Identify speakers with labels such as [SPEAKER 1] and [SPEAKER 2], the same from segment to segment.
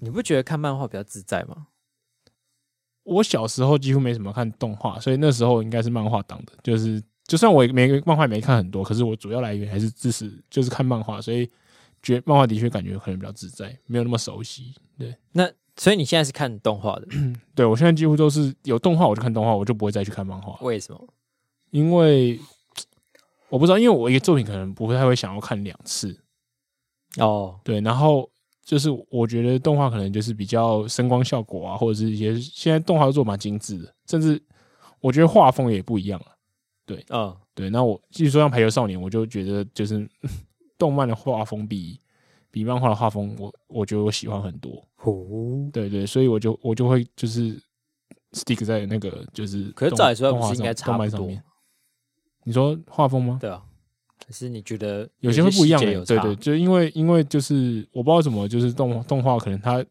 [SPEAKER 1] 你不觉得看漫画比较自在吗？
[SPEAKER 2] 我小时候几乎没什么看动画，所以那时候应该是漫画党的。就是就算我也没漫画也没看很多，可是我主要来源还是支持就是看漫画，所以觉得漫画的确感觉可能比较自在，没有那么熟悉。对，
[SPEAKER 1] 那所以你现在是看动画 的，
[SPEAKER 2] 对我现在几乎都是有动画我就看动画，我就不会再去看漫画，
[SPEAKER 1] 为什么？
[SPEAKER 2] 因为我不知道，因为我一个作品可能不太会想要看两次。
[SPEAKER 1] 哦，
[SPEAKER 2] 对，然后就是我觉得动画可能就是比较声光效果啊，或者是一些现在动画都做蛮精致的，甚至我觉得画风也不一样啊了。
[SPEAKER 1] 嗯，
[SPEAKER 2] 对，那我继续说像《排球少年》，我就觉得就是 动漫的画风比比漫画的画风我，我觉得我喜欢很多。
[SPEAKER 1] 哦，
[SPEAKER 2] 对对，所以我就我就会就是 stick 在那个就是动，
[SPEAKER 1] 可是照理说
[SPEAKER 2] 动
[SPEAKER 1] 不
[SPEAKER 2] 画
[SPEAKER 1] 是应该
[SPEAKER 2] 上动
[SPEAKER 1] 差
[SPEAKER 2] 漫
[SPEAKER 1] 不
[SPEAKER 2] 上
[SPEAKER 1] 多
[SPEAKER 2] 面，你说画风吗？
[SPEAKER 1] 对啊？可是你觉得
[SPEAKER 2] 有些会不一样、
[SPEAKER 1] 细节
[SPEAKER 2] 欸，
[SPEAKER 1] 有
[SPEAKER 2] 对
[SPEAKER 1] 差
[SPEAKER 2] 对，就是因为因为就是我不知道怎么，就是动动画可能他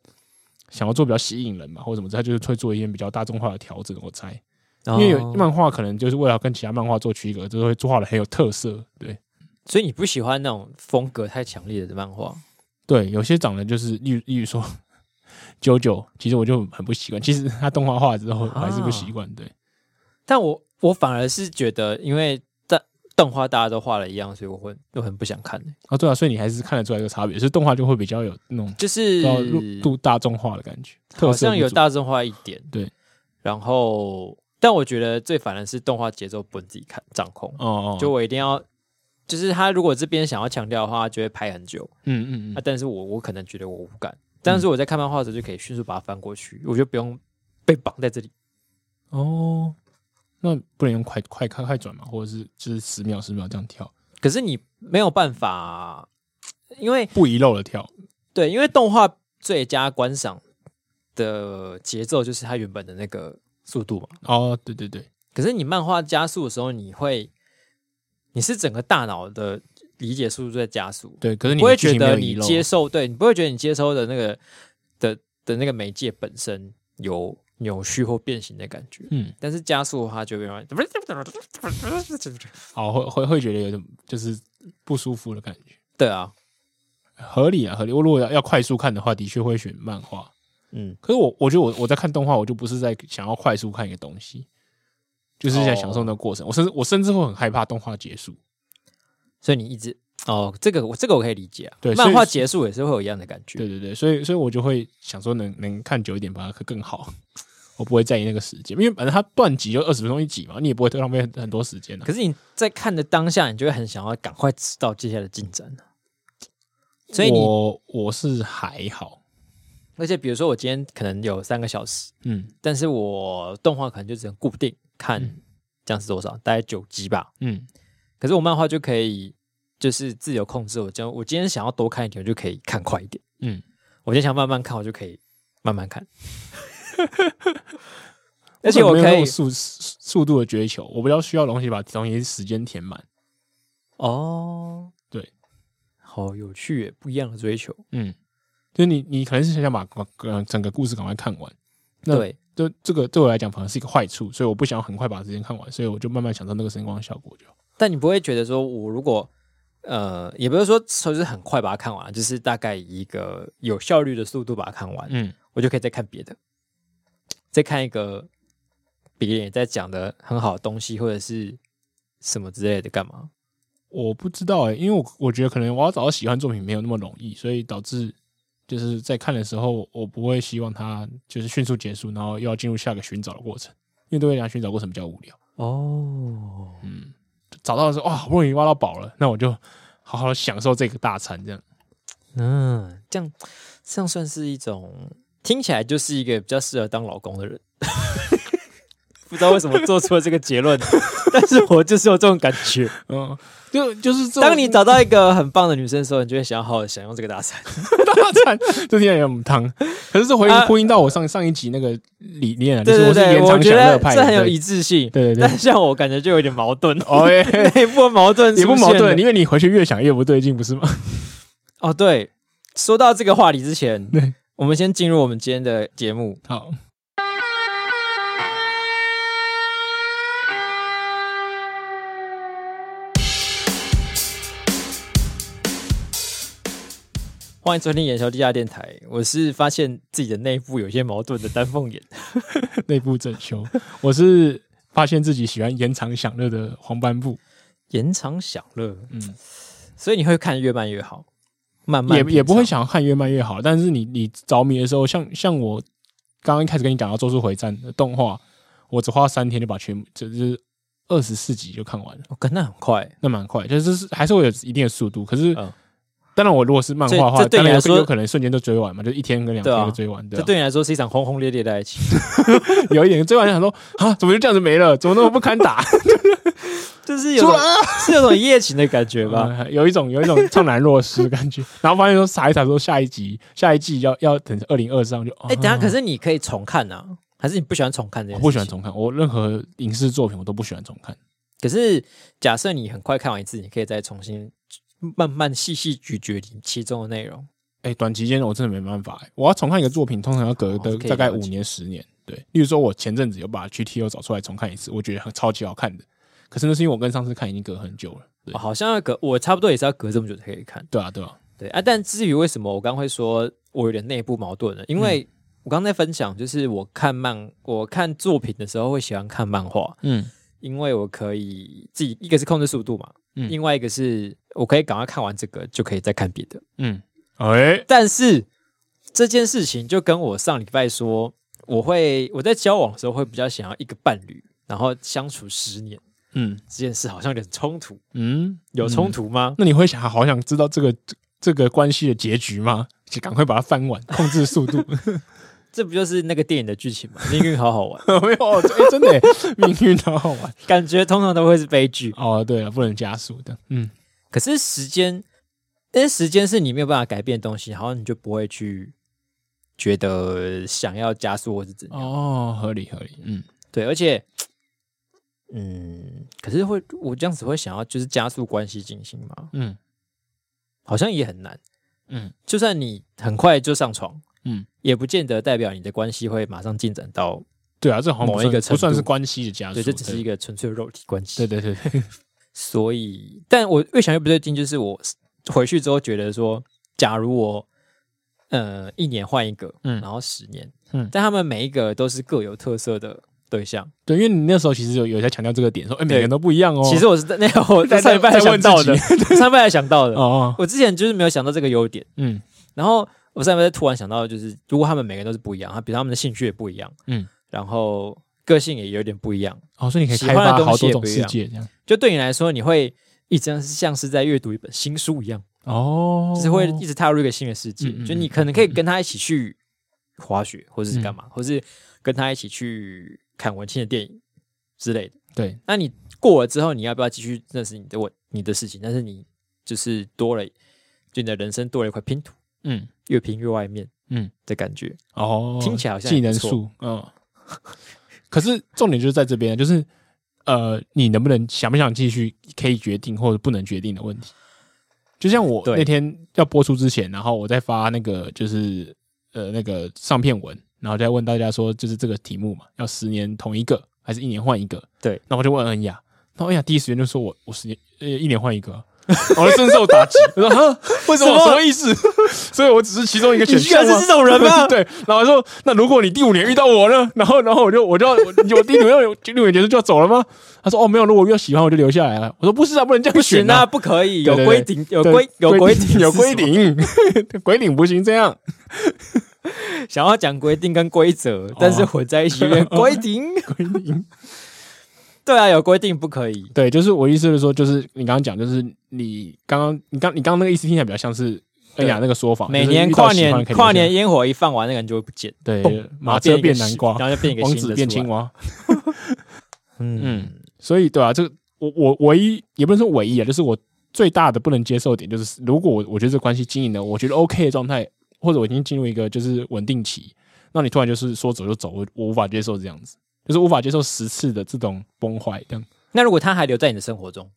[SPEAKER 2] 想要做比较吸引人嘛，或者怎么，他就是会做一些比较大众化的调整，我猜，因为有
[SPEAKER 1] 哦
[SPEAKER 2] 漫画可能就是为了跟其他漫画做区隔，就是会做画的很有特色，对
[SPEAKER 1] 所以你不喜欢那种风格太强烈的漫画
[SPEAKER 2] 对，有些长得就是例如例如说九九，其实我就很不习惯，其实他动画化之后我还是不习惯，对，
[SPEAKER 1] 但我我反而是觉得，因为在动画大家都画了一样，所以我会我很不想看、欸
[SPEAKER 2] 啊对啊，所以你还是看得出来这个差别，所以动画就会比较有那种
[SPEAKER 1] 就是
[SPEAKER 2] 到哦入度大众化的感觉，特
[SPEAKER 1] 好
[SPEAKER 2] 色
[SPEAKER 1] 像有
[SPEAKER 2] 为主
[SPEAKER 1] 大众化一点，
[SPEAKER 2] 对。
[SPEAKER 1] 然后，但我觉得最烦的是动画节奏不能自己看掌控，
[SPEAKER 2] 哦哦，
[SPEAKER 1] 就我一定要，就是他如果这边想要强调的话，他就会拍很久。
[SPEAKER 2] 嗯嗯嗯嗯
[SPEAKER 1] 啊，但是我我可能觉得我无感，但是我在看漫画的时候就可以迅速把它翻过去，我就不用被绑在这里。
[SPEAKER 2] 哦，那不能用快快快快转嘛，或者是就是十秒十秒这样跳，
[SPEAKER 1] 可是你没有办法，因为
[SPEAKER 2] 不遗漏的跳。
[SPEAKER 1] 对，因为动画最佳观赏的节奏就是它原本的那个速度嘛。
[SPEAKER 2] 哦，对对对，
[SPEAKER 1] 可是你漫画加速的时候，你会，你是整个大脑的理解速度在加速，
[SPEAKER 2] 对，可是
[SPEAKER 1] 你
[SPEAKER 2] 你
[SPEAKER 1] 不会
[SPEAKER 2] 的剧
[SPEAKER 1] 觉
[SPEAKER 2] 情没
[SPEAKER 1] 得
[SPEAKER 2] 有
[SPEAKER 1] 你
[SPEAKER 2] 遗漏啊，
[SPEAKER 1] 接受，对你不会觉得你接收的那个的的那个媒介本身有扭曲或变形的感觉。
[SPEAKER 2] 嗯，
[SPEAKER 1] 但是加速的话就会慢慢，
[SPEAKER 2] 哦好会会会觉得有点就是不舒服的感觉，
[SPEAKER 1] 对啊，
[SPEAKER 2] 合理啊合理。我如果要要快速看的话，的确会选漫画。
[SPEAKER 1] 嗯，
[SPEAKER 2] 可是我我觉得我我在看动画，我就不是在想要快速看一个东西，就是在享受那个过
[SPEAKER 1] 哦
[SPEAKER 2] 程。我甚至我甚至会很害怕动画结束。
[SPEAKER 1] 所以你一直哦，这个我这个我可以理解啊。
[SPEAKER 2] 对所以
[SPEAKER 1] 漫画结束也是会有一样的感觉。
[SPEAKER 2] 对对对，所以所以我就会想说能能看久一点，把它更好。 我不会在意那个时间，因为反正它断集就二十分钟一集嘛，你也不会浪费很很多时间啊的、
[SPEAKER 1] 可是你在看的当下，你就会很想要赶快知道接下来的进展啊所以你，
[SPEAKER 2] 我我是还好，
[SPEAKER 1] 而且比如说我今天可能有三个小时，
[SPEAKER 2] 嗯
[SPEAKER 1] 但是我动画可能就只能固定看
[SPEAKER 2] 嗯，
[SPEAKER 1] 这样是多少？大概九集吧。
[SPEAKER 2] 嗯，
[SPEAKER 1] 可是我漫画就可以就是自由控制我，这样我今天想要多看一点，我就可以看快一点。
[SPEAKER 2] 嗯，
[SPEAKER 1] 我今天想慢慢看，我就可以慢慢 看。而且我
[SPEAKER 2] 没有
[SPEAKER 1] 可
[SPEAKER 2] 那
[SPEAKER 1] 以
[SPEAKER 2] 种速速速度的追求，我比较需要东西把东西时间填满。
[SPEAKER 1] 哦，
[SPEAKER 2] 对，
[SPEAKER 1] 好有趣耶，不一样的追求。
[SPEAKER 2] 嗯，就是你你可能是想把呃整个故事赶快看完，那
[SPEAKER 1] 对，
[SPEAKER 2] 就这个对我来讲反而是一个坏处，所以我不想要很快把时间看完，所以我就慢慢享受那个声光效果就好。
[SPEAKER 1] 但你不会觉得说我如果呃，也不是说就是很快把它看完，就是大概以一个有效率的速度把它看完，
[SPEAKER 2] 嗯，
[SPEAKER 1] 我就可以再看别的，再看一个别人也在讲的很好的东西，或者是什么之类的，干嘛？
[SPEAKER 2] 我不知道哎、因为我我觉得可能我要找到喜欢作品没有那么容易，所以导致就是在看的时候，我不会希望它就是迅速结束，然后又要进入下个寻找的过程，因为对我来讲寻找过程比较无聊。
[SPEAKER 1] 哦，
[SPEAKER 2] 找到的时候，哇，好不容易挖到宝了，那我就好好享受这个大餐，这样。
[SPEAKER 1] 嗯，这样这样算是一种听起来就是一个比较适合当老公的人。 不知道为什么做出了这个结 论，但是我就是有这种感觉。
[SPEAKER 2] 嗯，就就是这种
[SPEAKER 1] 当你找到一个很棒的女生的时候，你就会想要好好地享用这个大餐。
[SPEAKER 2] 大餐，这听起来有点汤，可是这回
[SPEAKER 1] 啊
[SPEAKER 2] 呼应到我上上一集那个理念啊，就
[SPEAKER 1] 对
[SPEAKER 2] 是
[SPEAKER 1] 对
[SPEAKER 2] 我是
[SPEAKER 1] 对，
[SPEAKER 2] 延
[SPEAKER 1] 我
[SPEAKER 2] 长
[SPEAKER 1] 觉
[SPEAKER 2] 享
[SPEAKER 1] 得
[SPEAKER 2] 乐派的，
[SPEAKER 1] 这很有
[SPEAKER 2] 对
[SPEAKER 1] 一致性。
[SPEAKER 2] 对对对
[SPEAKER 1] 但像我感觉就有点矛盾，
[SPEAKER 2] 哦耶，
[SPEAKER 1] 内部矛盾
[SPEAKER 2] 也不矛
[SPEAKER 1] 出现
[SPEAKER 2] 盾，
[SPEAKER 1] 了
[SPEAKER 2] 因为你回去越想越不对劲，不是吗？
[SPEAKER 1] 哦，对，说到这个话题之前，
[SPEAKER 2] 对，
[SPEAKER 1] 我们先进入我们今天的节目。
[SPEAKER 2] 好，
[SPEAKER 1] 欢迎收听眼球地下电台，我是发现自己的内部有些矛盾的丹凤眼。
[SPEAKER 2] 内部整修。我是发现自己喜欢延长享乐的黄斑部，
[SPEAKER 1] 延长享乐，
[SPEAKER 2] 嗯，
[SPEAKER 1] 所以你会看越慢越好，慢慢
[SPEAKER 2] 也也不会
[SPEAKER 1] 品尝
[SPEAKER 2] 想要看越慢越好，但是你你着迷的时候，像像我刚刚一开始跟你讲到《咒术回战》的动画，我只花三天就把全部就是二十四集就看完了，
[SPEAKER 1] 哦，跟那很快，
[SPEAKER 2] 那蛮快，就是是还是会有一定的速度。可是，
[SPEAKER 1] 嗯
[SPEAKER 2] 当然我如果是漫画的话，
[SPEAKER 1] 这这对
[SPEAKER 2] 当
[SPEAKER 1] 你
[SPEAKER 2] 然
[SPEAKER 1] 来
[SPEAKER 2] 有
[SPEAKER 1] 说
[SPEAKER 2] 有可能瞬间就追完嘛，就一天跟两
[SPEAKER 1] 对啊
[SPEAKER 2] 天就追完，对
[SPEAKER 1] 这
[SPEAKER 2] 吧、
[SPEAKER 1] 对你来说是一场轰轰烈烈的爱 情。
[SPEAKER 2] 有一点追完就想说啊，怎么就这样子没了？怎么那么不堪 打？
[SPEAKER 1] 就是有种是有种夜情的感觉吧？
[SPEAKER 2] 嗯 有一种有一种怅然若失的感觉。然后发现说查一查说下一集下一季要要等二零二三就
[SPEAKER 1] 哎、等一下，可
[SPEAKER 2] 是
[SPEAKER 1] 是你可以重看呐、啊，还是你不喜欢重看这件
[SPEAKER 2] 嗯我
[SPEAKER 1] 事？
[SPEAKER 2] 不喜欢。重看，我任何影视作品我都不喜欢重看。
[SPEAKER 1] 可是假设你很快看完一次，你可以再重新慢慢细细咀嚼其中的内容。
[SPEAKER 2] 哎，短期间我真的没办法、哎我要重看一个作品，通常要隔
[SPEAKER 1] 哦
[SPEAKER 2] 的
[SPEAKER 1] 可以
[SPEAKER 2] 大概
[SPEAKER 1] 了
[SPEAKER 2] 五
[SPEAKER 1] 解
[SPEAKER 2] 年十年。对，例如说我前阵子有把 GTO 找出来重看一次，我觉得很超级好看的。可是那是因为我跟上次看已经隔很久了。对
[SPEAKER 1] 哦、好像要隔我差不多也是要隔这么久才可以看。
[SPEAKER 2] 对啊，对啊，
[SPEAKER 1] 对啊，但至于为什么我刚会说我有点内部矛盾呢？因
[SPEAKER 2] 嗯
[SPEAKER 1] 为我刚在分享，就是我看漫，我看作品的时候会喜欢看漫画，
[SPEAKER 2] 嗯
[SPEAKER 1] 因为我可以自己一个是控制速度嘛，
[SPEAKER 2] 嗯
[SPEAKER 1] 另外一个是我可以赶快看完这个就可以再看别的。
[SPEAKER 2] 嗯，哎，
[SPEAKER 1] 但是这件事情就跟我上礼拜说，我会我在交往的时候会比较想要一个伴侣，然后相处十年
[SPEAKER 2] 嗯
[SPEAKER 1] 这件事好像有点冲突，
[SPEAKER 2] 嗯，
[SPEAKER 1] 有冲
[SPEAKER 2] 嗯
[SPEAKER 1] 突吗？
[SPEAKER 2] 那你会想好想知道这个这这个关系的结局吗？就赶快把它翻完，控制速度。
[SPEAKER 1] 这不就是那个电影的剧情吗？ 命运好好玩，
[SPEAKER 2] 没有，哎、真的耶命运好好玩。
[SPEAKER 1] 感觉通常都会是悲剧。
[SPEAKER 2] 哦，对了，不能加速的。嗯，
[SPEAKER 1] 可是时间，因为时间是你没有办法改变的东西，然后你就不会去觉得想要加速或是怎样。
[SPEAKER 2] 哦，合理合理。嗯，
[SPEAKER 1] 对，而且，嗯，可是会我这样子会想要就是加速关系进行吗？
[SPEAKER 2] 嗯
[SPEAKER 1] 好像也很难。
[SPEAKER 2] 嗯
[SPEAKER 1] 就算你很快就上床，
[SPEAKER 2] 嗯，
[SPEAKER 1] 也不见得代表你的关系会马上进展到，
[SPEAKER 2] 对啊，这好像不
[SPEAKER 1] 某
[SPEAKER 2] 算
[SPEAKER 1] 一个程度
[SPEAKER 2] 不算是关系的加速，
[SPEAKER 1] 对，这只是一个纯粹肉体关系。
[SPEAKER 2] 对对对对对，
[SPEAKER 1] 所以，但我越想越不对劲，就是我回去之后觉得说，假如我呃一年换一个，
[SPEAKER 2] 嗯
[SPEAKER 1] 然后十年，
[SPEAKER 2] 嗯
[SPEAKER 1] 但他们每一个都是各有特色的对象。
[SPEAKER 2] 对，因为你那时候其实有有在强调这个点，说哎、每
[SPEAKER 1] 对
[SPEAKER 2] 个人都不一样哦。
[SPEAKER 1] 其实我是在那 我
[SPEAKER 2] 在
[SPEAKER 1] 上一半才
[SPEAKER 2] 在
[SPEAKER 1] 想
[SPEAKER 2] 问自
[SPEAKER 1] 到的，
[SPEAKER 2] 己
[SPEAKER 1] 上一半才想到的。
[SPEAKER 2] 哦，
[SPEAKER 1] 我之前就是没有想到这个优点，
[SPEAKER 2] 嗯
[SPEAKER 1] 然后我上一半突然想到，就是如果他们每个人都是不一样，他比如他们的兴趣也不一样，
[SPEAKER 2] 嗯，
[SPEAKER 1] 然后个性也有点不一样，
[SPEAKER 2] 哦，所以你可以
[SPEAKER 1] 喜
[SPEAKER 2] 开
[SPEAKER 1] 欢的
[SPEAKER 2] 发
[SPEAKER 1] 东
[SPEAKER 2] 好
[SPEAKER 1] 西
[SPEAKER 2] 多
[SPEAKER 1] 也
[SPEAKER 2] 种
[SPEAKER 1] 不一
[SPEAKER 2] 世
[SPEAKER 1] 样
[SPEAKER 2] 界这样。
[SPEAKER 1] 就对你来说，你会一直像是在阅读一本新书一样，
[SPEAKER 2] 哦，
[SPEAKER 1] 就是会一直踏入一个新的世界。
[SPEAKER 2] 嗯嗯嗯
[SPEAKER 1] 就你可能可以跟他一起去滑雪，或者是干嘛，或是跟他一起去看文青的电影之类的。
[SPEAKER 2] 对，
[SPEAKER 1] 那你过了之后，你要不要继续？那是你的我你的事情，但是你就是多了，就你的人生多了一块拼图，
[SPEAKER 2] 嗯
[SPEAKER 1] 越拼越外面，
[SPEAKER 2] 嗯。
[SPEAKER 1] 的感觉。
[SPEAKER 2] 哦，
[SPEAKER 1] 听起来好像也
[SPEAKER 2] 技能
[SPEAKER 1] 不错
[SPEAKER 2] 树，嗯。 可是重点就是在这边，啊就是呃，你能不能想不想继续，可以决定或者不能决定的问题。就像我
[SPEAKER 1] 对
[SPEAKER 2] 那天要播出之前，然后我在发那个就是呃那个上片文，然后再问大家说，就是这个题目嘛，要十年同一个还是一年换一个？
[SPEAKER 1] 对，
[SPEAKER 2] 那我就问恩雅，那恩雅第一时间就说我我十年呃一年换一个啊、我就深受打击。我说哈，为什么
[SPEAKER 1] 什么
[SPEAKER 2] 什么意思？所以我只是其中一个
[SPEAKER 1] 你
[SPEAKER 2] 选
[SPEAKER 1] 居
[SPEAKER 2] 项
[SPEAKER 1] 然
[SPEAKER 2] 吗。？
[SPEAKER 1] 是这种人吗
[SPEAKER 2] 对，然后说那如果你第五年遇到我呢？ 然后然后我就我就要我我第五年我第五年结束就要走了吗？他说哦没有，如果遇到喜欢我就留下来了。我说不是啊，不能这
[SPEAKER 1] 不
[SPEAKER 2] 样
[SPEAKER 1] 行
[SPEAKER 2] 选
[SPEAKER 1] 啊，。不可以，有
[SPEAKER 2] 对对
[SPEAKER 1] 规定，有
[SPEAKER 2] 对
[SPEAKER 1] 规有规定，
[SPEAKER 2] 有规。定，规定 不行这样。
[SPEAKER 1] 想要讲规定跟规则，
[SPEAKER 2] 哦
[SPEAKER 1] 但是混在一起，有 点规定。
[SPEAKER 2] 规定
[SPEAKER 1] 对啊，有规定不可以。
[SPEAKER 2] 对，就是我意思是说，就是你刚刚讲，就是你刚刚你刚你刚刚那个意思听起来比较像是恩雅那个说法，
[SPEAKER 1] 每
[SPEAKER 2] 哦就是
[SPEAKER 1] 年
[SPEAKER 2] 遇到
[SPEAKER 1] 跨
[SPEAKER 2] 喜欢
[SPEAKER 1] 年
[SPEAKER 2] 可以留下
[SPEAKER 1] 跨年烟火一放完，那个人就会不见，
[SPEAKER 2] 对
[SPEAKER 1] 蹦
[SPEAKER 2] 马
[SPEAKER 1] 然
[SPEAKER 2] 车
[SPEAKER 1] 哦后变
[SPEAKER 2] 变
[SPEAKER 1] 一个
[SPEAKER 2] 南
[SPEAKER 1] 新
[SPEAKER 2] 瓜，
[SPEAKER 1] 然后就变一个
[SPEAKER 2] 王
[SPEAKER 1] 新的
[SPEAKER 2] 子变
[SPEAKER 1] 出来
[SPEAKER 2] 青。蛙。
[SPEAKER 1] 嗯，
[SPEAKER 2] 所以对啊，这个我我唯一也不能说唯一啊，就是我最大的不能接受的点就是，如果我我觉得这关系经营的我觉得 OK 的状态，或者我已经进入一个就是稳定期，那你突然就是说走就走，我我无法接受这样子，就是无法接受十次的这种崩坏，这样
[SPEAKER 1] 那如果他还留在你的生活中，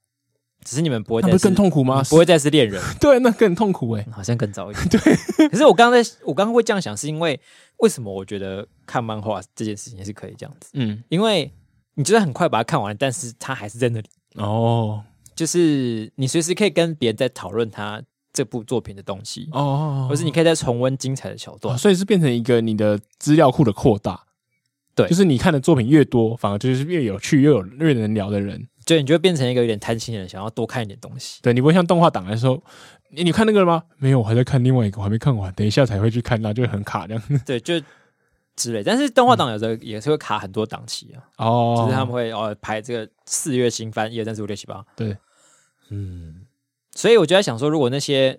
[SPEAKER 1] 只是你们不会
[SPEAKER 2] 那
[SPEAKER 1] 再是
[SPEAKER 2] 不
[SPEAKER 1] 嗯
[SPEAKER 2] 是更痛苦吗？
[SPEAKER 1] 不会再是恋人，
[SPEAKER 2] 对，那更痛苦哎、
[SPEAKER 1] 好像更糟一 点。对，可是我刚刚在，我刚刚会这样想，是因为为什么我觉得看漫画这件事情是可以这样子？
[SPEAKER 2] 嗯，
[SPEAKER 1] 因为你就算很快把它看完，但是它还是在那里，
[SPEAKER 2] 哦，
[SPEAKER 1] 就是你随时可以跟别人在讨论它这部作品的东西，
[SPEAKER 2] 哦哦，
[SPEAKER 1] 或是你可以再重温精彩的桥
[SPEAKER 2] 哦，
[SPEAKER 1] 段。
[SPEAKER 2] 所以是变成一个你的资料库的扩大。
[SPEAKER 1] 对
[SPEAKER 2] 就是你看的作品越多，反而就是越有趣、越有越能聊的人。
[SPEAKER 1] 就你就会变成一个有点贪心的人，想要多看一点东西。
[SPEAKER 2] 对，你不会像动画档来说，你你看那个了吗？没有，我还在看另外一个，我还没看完，等一下才会去看，那就会很卡这样。
[SPEAKER 1] 对，就之类。但是动画档有时候也是会卡很多档期啊，
[SPEAKER 2] 嗯哦，
[SPEAKER 1] 就是他们会哦排这个四月新番一二三四五六七八。
[SPEAKER 2] 对，
[SPEAKER 1] 嗯，所以我就在想说，如果那些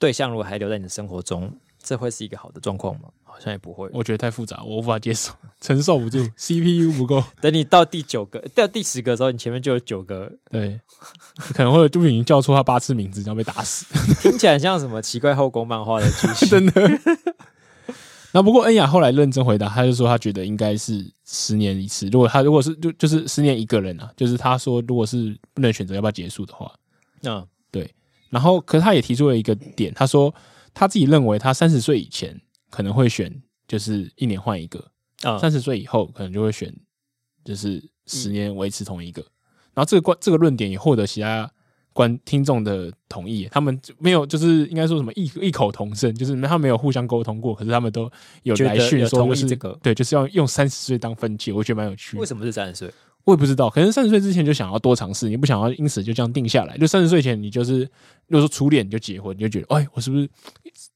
[SPEAKER 1] 对象如果还留在你的生活中，这会是一个好的状况吗？好像也不会。
[SPEAKER 2] 我觉得太复杂，我无法接受，承受不住 ，CPU 不够。
[SPEAKER 1] 等你到第九个、到第十个的时候，你前面就有九个，
[SPEAKER 2] 对，可能会不小心叫错他八次名字，然后被打死。
[SPEAKER 1] 听起来很像什么奇怪后宫漫画的剧情。嗯
[SPEAKER 2] 真的。那不过恩雅后来认真回答，他就说他觉得应该是十年一次。如果他如果是就就是十年一个人啊，就是他说如果是不能选择要不要结束的话，
[SPEAKER 1] 嗯，
[SPEAKER 2] 然后可是他也提出了一个点，他说他自己认为他三十岁以前可能会选就是一年换一个，
[SPEAKER 1] 啊、
[SPEAKER 2] 三十岁以后可能就会选就是十
[SPEAKER 1] 嗯
[SPEAKER 2] 年维持同一个。然后这个观这个论点也获得其他观听众的同意，他们没有就是应该说什么异异口同声，就是他们没有互相沟通过，可是他们都有
[SPEAKER 1] 觉得
[SPEAKER 2] 来讯
[SPEAKER 1] 有
[SPEAKER 2] 说
[SPEAKER 1] 同
[SPEAKER 2] 就
[SPEAKER 1] 意
[SPEAKER 2] 是
[SPEAKER 1] 这个
[SPEAKER 2] 对，就是要用三十岁当分界，我觉得蛮有趣的。
[SPEAKER 1] 为什么是三十岁？
[SPEAKER 2] 我也不知道，可能三十岁之前就想要多尝试，你不想要因此就这样定下来。就三十岁前，你就是如果说初恋你就结婚，你就觉得，哎，我是不是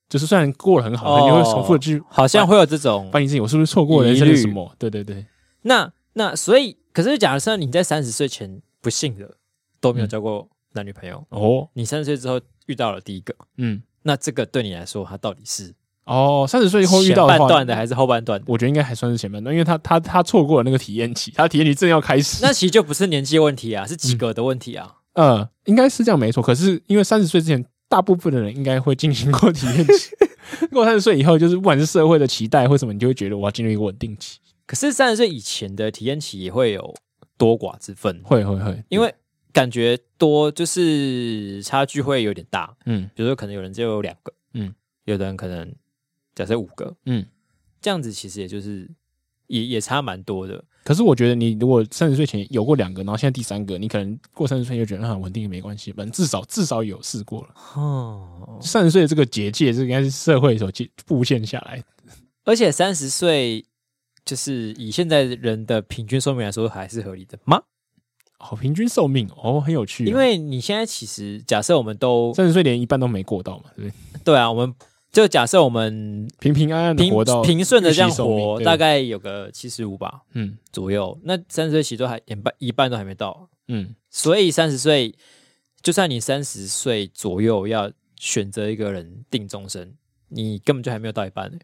[SPEAKER 2] 就是虽然过得很好，
[SPEAKER 1] 哦
[SPEAKER 2] 你会重复的去
[SPEAKER 1] 好像会有这种
[SPEAKER 2] 反省自己，我是不是错过人生的什么？对对对，
[SPEAKER 1] 那那所以，可是假设你在三十岁前不幸的都没有
[SPEAKER 2] 嗯
[SPEAKER 1] 交过男女朋友，
[SPEAKER 2] 哦，
[SPEAKER 1] 你三十岁之后遇到了第一个，
[SPEAKER 2] 嗯，
[SPEAKER 1] 那这个对你来说，它到底是
[SPEAKER 2] 哦，三十岁以后遇到
[SPEAKER 1] 前半
[SPEAKER 2] 的话，
[SPEAKER 1] 段的还是后半段的？
[SPEAKER 2] 我觉得应该还算是前半段，因为他他他错过了那个体验期，他的体验期正要开始。
[SPEAKER 1] 那其实就不是年纪的问题啊，是
[SPEAKER 2] 嗯
[SPEAKER 1] 及格的问题啊。
[SPEAKER 2] 呃，应该是这样没错。可是因为三十岁之前，大部分的人应该会进行过体验期。 过三十岁以后，就是不管是社会的期待或什么，你就会觉得我要进入一个稳定期。
[SPEAKER 1] 可是三十岁以前的体验期也会有多寡之分，
[SPEAKER 2] 会会会，
[SPEAKER 1] 因为感觉多就是差距会有点大。
[SPEAKER 2] 嗯
[SPEAKER 1] 比如说，可能有人就有两个，
[SPEAKER 2] 嗯，
[SPEAKER 1] 有的人可能假设五个，
[SPEAKER 2] 嗯。
[SPEAKER 1] 这样子其实也就是也也差蛮多的。
[SPEAKER 2] 可是我觉得你如果三十岁前有过两个，然后现在第三个，你可能过三十岁就觉得啊稳定也没关系，反正至少至少有试过了。
[SPEAKER 1] 哦，
[SPEAKER 2] 三十岁的这个结界，这应该是社会所界布线下来的。
[SPEAKER 1] 而且三十岁就是以现在人的平均寿命来说，还是合理的吗？
[SPEAKER 2] 好、平均寿命哦，很有趣哦、
[SPEAKER 1] 因为你现在其实假设我们都
[SPEAKER 2] 三十岁连一半都没过到嘛，对不对？
[SPEAKER 1] 对啊，我们就假设我们
[SPEAKER 2] 平平安安的
[SPEAKER 1] 平
[SPEAKER 2] 活到
[SPEAKER 1] 平顺的这样
[SPEAKER 2] 预期寿命
[SPEAKER 1] 活，
[SPEAKER 2] 对
[SPEAKER 1] 大概有个七十五吧
[SPEAKER 2] 嗯
[SPEAKER 1] 左右。那三十岁其实都还一半一半都还没到，
[SPEAKER 2] 嗯
[SPEAKER 1] 所以三十岁就算你三十岁左右要选择一个人定终身，你根本就还没有到一半呢、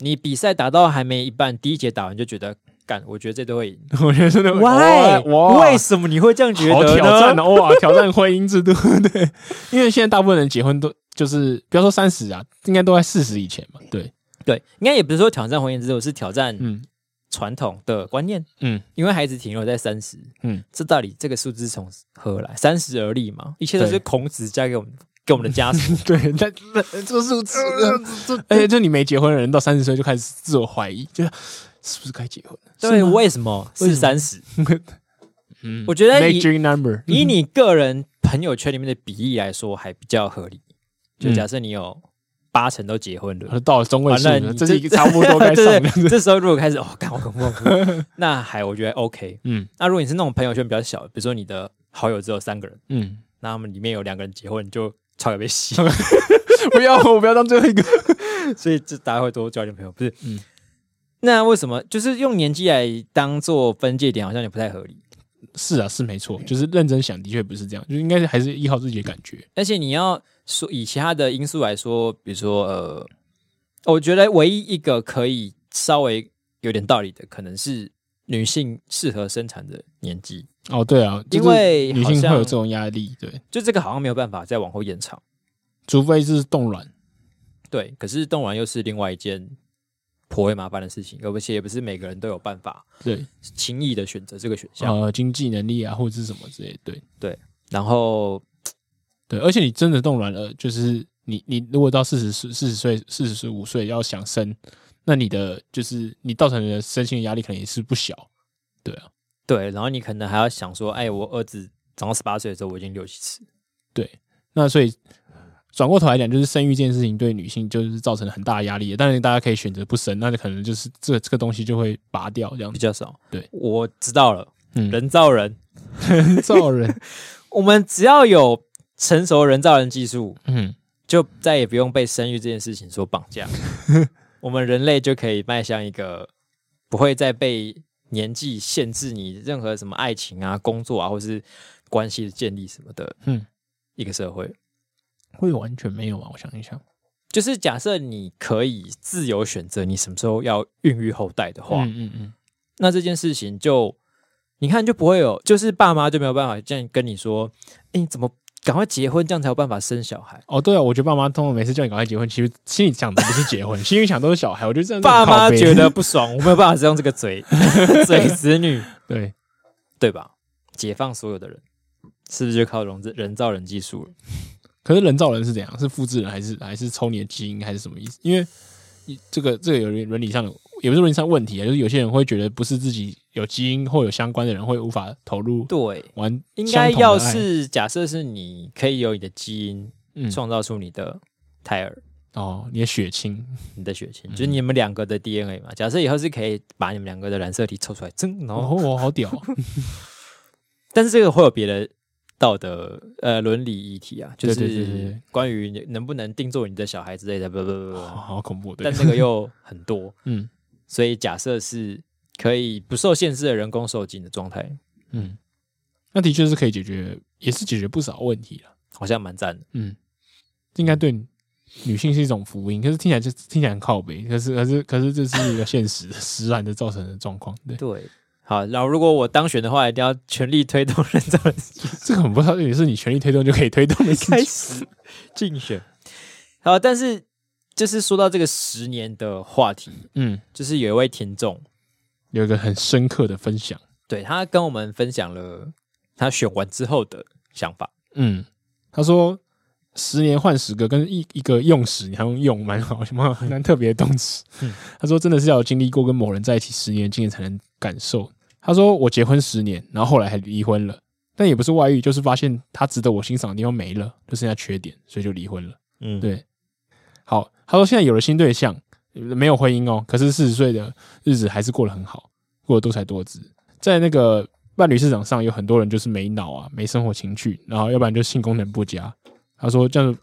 [SPEAKER 1] 你比赛打到还没一半，第一节打完就觉得干，我觉得这队会赢。
[SPEAKER 2] 我觉得真的 哇，
[SPEAKER 1] Why？为 什么你会这样觉
[SPEAKER 2] 好
[SPEAKER 1] 得呢？
[SPEAKER 2] 挑战哦，哇，挑战婚姻制度， 对，因为现在大部分人结婚都就是不要说三十啊，应该都在四十以前嘛，对，
[SPEAKER 1] 对，应该也不是说挑战婚姻制度，是挑战
[SPEAKER 2] 嗯
[SPEAKER 1] 传统的观念。
[SPEAKER 2] 嗯
[SPEAKER 1] 因为孩子停留在三十，
[SPEAKER 2] 嗯，
[SPEAKER 1] 这到底这个数字从何来？三十而立嘛，一切都
[SPEAKER 2] 对
[SPEAKER 1] 是孔子加给我们给我们的枷 锁。
[SPEAKER 2] 对，但但这个数字， 而且就你没结婚的人到三十岁就开始自我怀疑，就是是不是该结婚了？
[SPEAKER 1] 对，
[SPEAKER 2] 是吗
[SPEAKER 1] 为什么是
[SPEAKER 2] 为什么
[SPEAKER 1] 三十？
[SPEAKER 2] 嗯
[SPEAKER 1] 我觉得以
[SPEAKER 2] magic number，
[SPEAKER 1] 以你个人朋友圈里面的比例来说，还比较合理。就
[SPEAKER 2] 嗯
[SPEAKER 1] 假设你有八成都结婚了，
[SPEAKER 2] 到了中位
[SPEAKER 1] 完
[SPEAKER 2] 数
[SPEAKER 1] 了，
[SPEAKER 2] 了，
[SPEAKER 1] 你
[SPEAKER 2] 这是一个差不 多 该上
[SPEAKER 1] 对
[SPEAKER 2] 的
[SPEAKER 1] 对，对这时候如果开始哦，干我恐怖， 恐怖那还我觉得 OK。
[SPEAKER 2] 嗯
[SPEAKER 1] 那如果你是那种朋友圈比较小，比如说你的好友只有三个人，
[SPEAKER 2] 嗯，
[SPEAKER 1] 那他们里面有两个人结婚，你就超有被吸。
[SPEAKER 2] 不要，我不要当最后一个，
[SPEAKER 1] 所以这大家会多交点朋友，不是？
[SPEAKER 2] 嗯
[SPEAKER 1] 那为什么就是用年纪来当做分界点，好像也不太合理？
[SPEAKER 2] 是啊，是没错，就是认真想，的确不是这样，就应该是还是依靠自己的感觉，
[SPEAKER 1] 而且你要说以其他的因素来说，比如说呃，我觉得唯一一个可以稍微有点道理的，可能是女性适合生产的年纪，
[SPEAKER 2] 哦，对啊，就是
[SPEAKER 1] 因为
[SPEAKER 2] 女
[SPEAKER 1] 好
[SPEAKER 2] 性会
[SPEAKER 1] 像
[SPEAKER 2] 有这种压力，对，
[SPEAKER 1] 就这个好像没有办法再往后延长。
[SPEAKER 2] 除非是冻卵，
[SPEAKER 1] 对，可是冻卵又是另外一件颇为麻烦的事情，而且也不是每个人都有办法
[SPEAKER 2] 对，
[SPEAKER 1] 轻易的选择这个选项。
[SPEAKER 2] 呃，经济能力啊，或者是什么之类的，对
[SPEAKER 1] 然后
[SPEAKER 2] 对，而且你真的冻卵了，就是你你如果到四十四四十岁四十五岁要想生，那你的就是你造成的身心的压力可能也是不小，对啊，
[SPEAKER 1] 对，然后你可能还要想说，哎，我儿子长到十八岁的时候，我已经六七次，
[SPEAKER 2] 那所以转过头来讲，就是生育这件事情对女性就是造成很大的压力的。当然，大家可以选择不生，那就可能就是这这个东西就会拔掉这样
[SPEAKER 1] 比
[SPEAKER 2] 子。
[SPEAKER 1] 较少。
[SPEAKER 2] 对，
[SPEAKER 1] 我知道了，
[SPEAKER 2] 嗯
[SPEAKER 1] 人造人，
[SPEAKER 2] 人造人，
[SPEAKER 1] 我们只要有成熟的人造人技术，
[SPEAKER 2] 嗯，
[SPEAKER 1] 就再也不用被生育这件事情所绑架，我们人类就可以迈向一个不会再被年纪限制你任何什么爱情啊、工作啊，或是关系的建立什么的，
[SPEAKER 2] 嗯
[SPEAKER 1] 嗯，一个社会。
[SPEAKER 2] 会完全没有啊吗？我想一想，
[SPEAKER 1] 就是假设你可以自由选择你什么时候要孕育后代的话，
[SPEAKER 2] 嗯嗯嗯，
[SPEAKER 1] 那这件事情就你看就不会有，就是爸妈就没有办法这样跟你说，哎，你怎么赶快结婚，这样才有办法生小孩。
[SPEAKER 2] 哦，对啊，我觉得爸妈通常每次叫你赶快结婚，其实心里想的不是结婚， 心里想都是小孩。我觉得这样
[SPEAKER 1] 爸妈觉
[SPEAKER 2] 得
[SPEAKER 1] 得不哦爽，我没有办法使用这个嘴 嘴子女，
[SPEAKER 2] 对，
[SPEAKER 1] 对吧？解放所有的人，是不是就靠人人造人技术了？
[SPEAKER 2] 可是人造人是怎样？是复制人还是还是抽你的基因还是什么意思？因为你这个这个有伦伦理上的，也不是伦理上问题啊，就是有些人会觉得不是自己有基因或有相关的人会无法投入
[SPEAKER 1] 对，
[SPEAKER 2] 玩
[SPEAKER 1] 应
[SPEAKER 2] 相
[SPEAKER 1] 该
[SPEAKER 2] 同的
[SPEAKER 1] 要
[SPEAKER 2] 爱
[SPEAKER 1] 是假设是你可以有你的基因
[SPEAKER 2] 嗯
[SPEAKER 1] 创造出你的胎儿。
[SPEAKER 2] 哦，你的血清
[SPEAKER 1] 你的血清，就是你们两个的 DNA 嘛。假设以后是可以把你们两个的染色体抽出来，真然后，
[SPEAKER 2] 哦，我好 屌哦，
[SPEAKER 1] 但是这个会有别的道德呃伦理议题啊，就
[SPEAKER 2] 对对对对
[SPEAKER 1] 是
[SPEAKER 2] 对
[SPEAKER 1] 关于你能不能定做你的小孩之类的，不不不不不，
[SPEAKER 2] 好哦好恐怖，对
[SPEAKER 1] 但，这个又很 多，
[SPEAKER 2] 嗯
[SPEAKER 1] 所以假设是可以不受限制的人工受精的状态，
[SPEAKER 2] 嗯，那的确是可以解决，也是解决不少问题了，
[SPEAKER 1] 好像蛮赞的。
[SPEAKER 2] 嗯，应该对女性是一种福音，可是听起来就听起来很靠背，可是可是可是这是一个现实 实然的造成的状况，对，
[SPEAKER 1] 对，好，然后如果我当选的话，一定要全力推动人造人
[SPEAKER 2] 这个很不知道，也是你全力推动就可以推动的事
[SPEAKER 1] 开
[SPEAKER 2] 情，
[SPEAKER 1] 始 竞选。好，但是就是说到这个十年的话题，
[SPEAKER 2] 嗯，
[SPEAKER 1] 就是有一位听众，
[SPEAKER 2] 有一个很深刻的分享，
[SPEAKER 1] 对他跟我们分享了他选完之后的想法。
[SPEAKER 2] 嗯，他说。十年换十个，跟一一个用时，你还用用，蛮好，蛮好蛮特别的动词。
[SPEAKER 1] 嗯
[SPEAKER 2] 他说真的是要有经历过跟某人在一起十年的经验才能感受。他说我结婚十年，然后后来还离婚了，但也不是外遇，就是发现他值得我欣赏的地方没了，就剩下缺点，所以就离婚了。
[SPEAKER 1] 嗯，
[SPEAKER 2] 对，好，他说现在有了新对象，没有婚姻哦，可是四十岁的日子还是过得很好，过得多才多姿。在那个伴侣市场上，有很多人就是没脑啊，没生活情趣，然后要不然就性功能不佳。他说这样，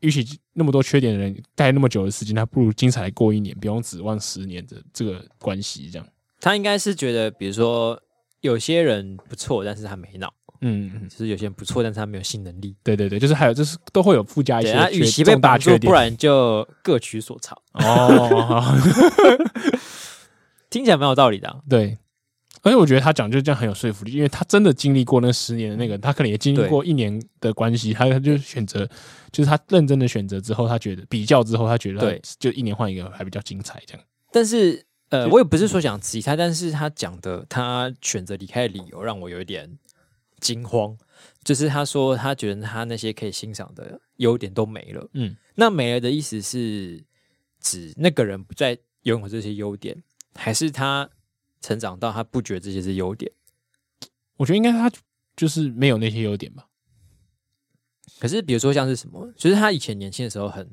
[SPEAKER 2] 与其那么多缺点的人待那么久的时间，他不如精彩地过一年，不用指望十年的这个关系这样。
[SPEAKER 1] 他应该是觉得，比如说有些人不错，但是他没脑；
[SPEAKER 2] 嗯，嗯
[SPEAKER 1] 就是有些人不错，但是他没有性能力。
[SPEAKER 2] 对对对，就是还有就是都会有附加一
[SPEAKER 1] 对，
[SPEAKER 2] 些
[SPEAKER 1] 他
[SPEAKER 2] 缺
[SPEAKER 1] 与其被
[SPEAKER 2] 重大
[SPEAKER 1] 绑
[SPEAKER 2] 缺
[SPEAKER 1] 住，
[SPEAKER 2] 点，
[SPEAKER 1] 不然就各取所长。
[SPEAKER 2] 哦，好好
[SPEAKER 1] 听起来蛮有道理的啊、
[SPEAKER 2] 对，而且我觉得他讲就这样很有说服力，因为他真的经历过那十年的那个，他可能也经历
[SPEAKER 1] 对
[SPEAKER 2] 过一年的关系，他他就选择，就是他认真的选择之后，他觉得比较之后，他觉得他
[SPEAKER 1] 对
[SPEAKER 2] 就一年换一个还比较精彩这样。
[SPEAKER 1] 但是，呃，
[SPEAKER 2] 就
[SPEAKER 1] 我也不是说想质疑他，但是他讲的他选择离开的理由让我有一点惊慌，就是他说他觉得他那些可以欣赏的优点都没了。
[SPEAKER 2] 嗯，
[SPEAKER 1] 那没了的意思是指那个人不再拥有这些优点，还是他成长到他不觉得这些是优点？
[SPEAKER 2] 我觉得应该他就是没有那些优点吧。
[SPEAKER 1] 可是，比如说像是什么，就是他以前年轻的时候很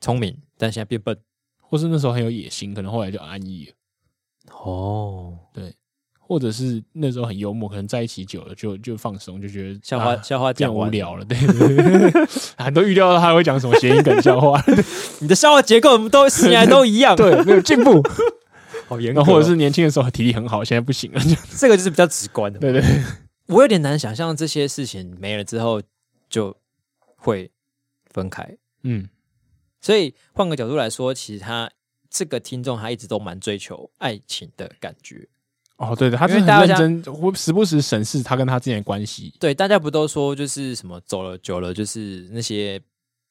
[SPEAKER 1] 聪明，但现在变笨。
[SPEAKER 2] 或是那时候很有野心，可能后来就啊安逸了，
[SPEAKER 1] 哦，
[SPEAKER 2] 或者是那时候很幽默，可能在一起久了就就放松，就觉得
[SPEAKER 1] 笑话、
[SPEAKER 2] 啊
[SPEAKER 1] 笑话
[SPEAKER 2] 变
[SPEAKER 1] 讲
[SPEAKER 2] 无
[SPEAKER 1] 完，
[SPEAKER 2] 聊了，对 对对，啊都预料到他会讲什么谐音梗笑话，
[SPEAKER 1] 你的笑话结构我们都醒来都一样，，
[SPEAKER 2] 对，没有进步。
[SPEAKER 1] 好严格 哦、
[SPEAKER 2] 然后或者是年轻的时候体力很好，现在不行了，就
[SPEAKER 1] 这个就是比较直观的。
[SPEAKER 2] 对对对
[SPEAKER 1] 我有点难想象这些事情没了之后就会分开。
[SPEAKER 2] 嗯
[SPEAKER 1] 所以换个角度来说，其实他这个听众他一直都蛮追求爱情的感觉。
[SPEAKER 2] 哦，对的，他
[SPEAKER 1] 因
[SPEAKER 2] 真
[SPEAKER 1] 为
[SPEAKER 2] 的
[SPEAKER 1] 大
[SPEAKER 2] 很
[SPEAKER 1] 家
[SPEAKER 2] 认真，会时不时审视他跟他之间的关系。
[SPEAKER 1] 对，大家不都说就是什么走了久了，就是那些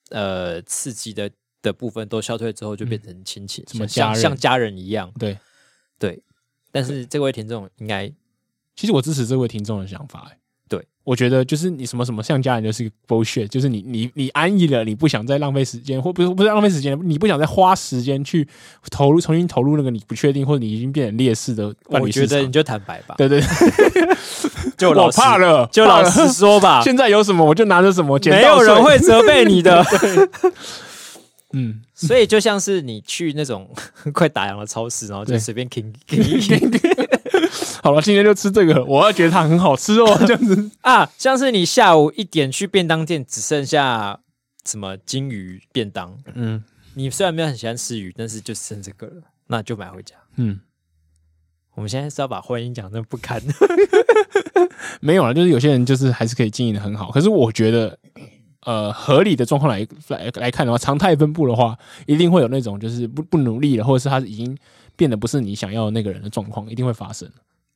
[SPEAKER 1] 呃刺激的的部分都消退之后，就变成亲情，
[SPEAKER 2] 什么
[SPEAKER 1] 像
[SPEAKER 2] 家人
[SPEAKER 1] 像嗯家人一样。
[SPEAKER 2] 对，
[SPEAKER 1] 但是这位听众应该
[SPEAKER 2] 其实我支持这位听众的想法、欸
[SPEAKER 1] 对，
[SPEAKER 2] 我觉得就是你什么什么像家人就是 bullshit，就是你你你安逸了，你不想再浪费时间，或不是不是浪费时间，你不想再花时间去投入重新投入那个你不确定或者你已经变成劣势的伴
[SPEAKER 1] 我
[SPEAKER 2] 侣
[SPEAKER 1] 觉
[SPEAKER 2] 市
[SPEAKER 1] 得你
[SPEAKER 2] 场。
[SPEAKER 1] 就坦白吧，
[SPEAKER 2] 对对，
[SPEAKER 1] 就老
[SPEAKER 2] 我
[SPEAKER 1] 实
[SPEAKER 2] 怕了，
[SPEAKER 1] 就
[SPEAKER 2] 怕
[SPEAKER 1] 老
[SPEAKER 2] 了
[SPEAKER 1] 实说吧，
[SPEAKER 2] 现在有什么我就拿着什 么，捡
[SPEAKER 1] 没
[SPEAKER 2] 到
[SPEAKER 1] 有人
[SPEAKER 2] 水
[SPEAKER 1] 会责备你 的。
[SPEAKER 2] 嗯，
[SPEAKER 1] 所以就像是你去那种 快打烊的超市，然后就
[SPEAKER 2] 对
[SPEAKER 1] 随便 king king
[SPEAKER 2] 好了，今天就吃这个，我要觉得它很好吃哦， 这样子。
[SPEAKER 1] 啊，像是你下午一点去便当店，只剩下什么金鱼便当，
[SPEAKER 2] 嗯
[SPEAKER 1] 你虽然没有很喜欢吃鱼，但是就剩这个了，那就买回家。
[SPEAKER 2] 嗯，
[SPEAKER 1] 我们现在是要把婚姻讲的不堪，
[SPEAKER 2] 没有了，就是有些人就是还是可以经营的很好，可是我觉得，呃，合理的状况来来来看的话，常态分布的话，一定会有那种就是不不努力了，或者是他已经变得不是你想要的那个人的状况，一定会发生。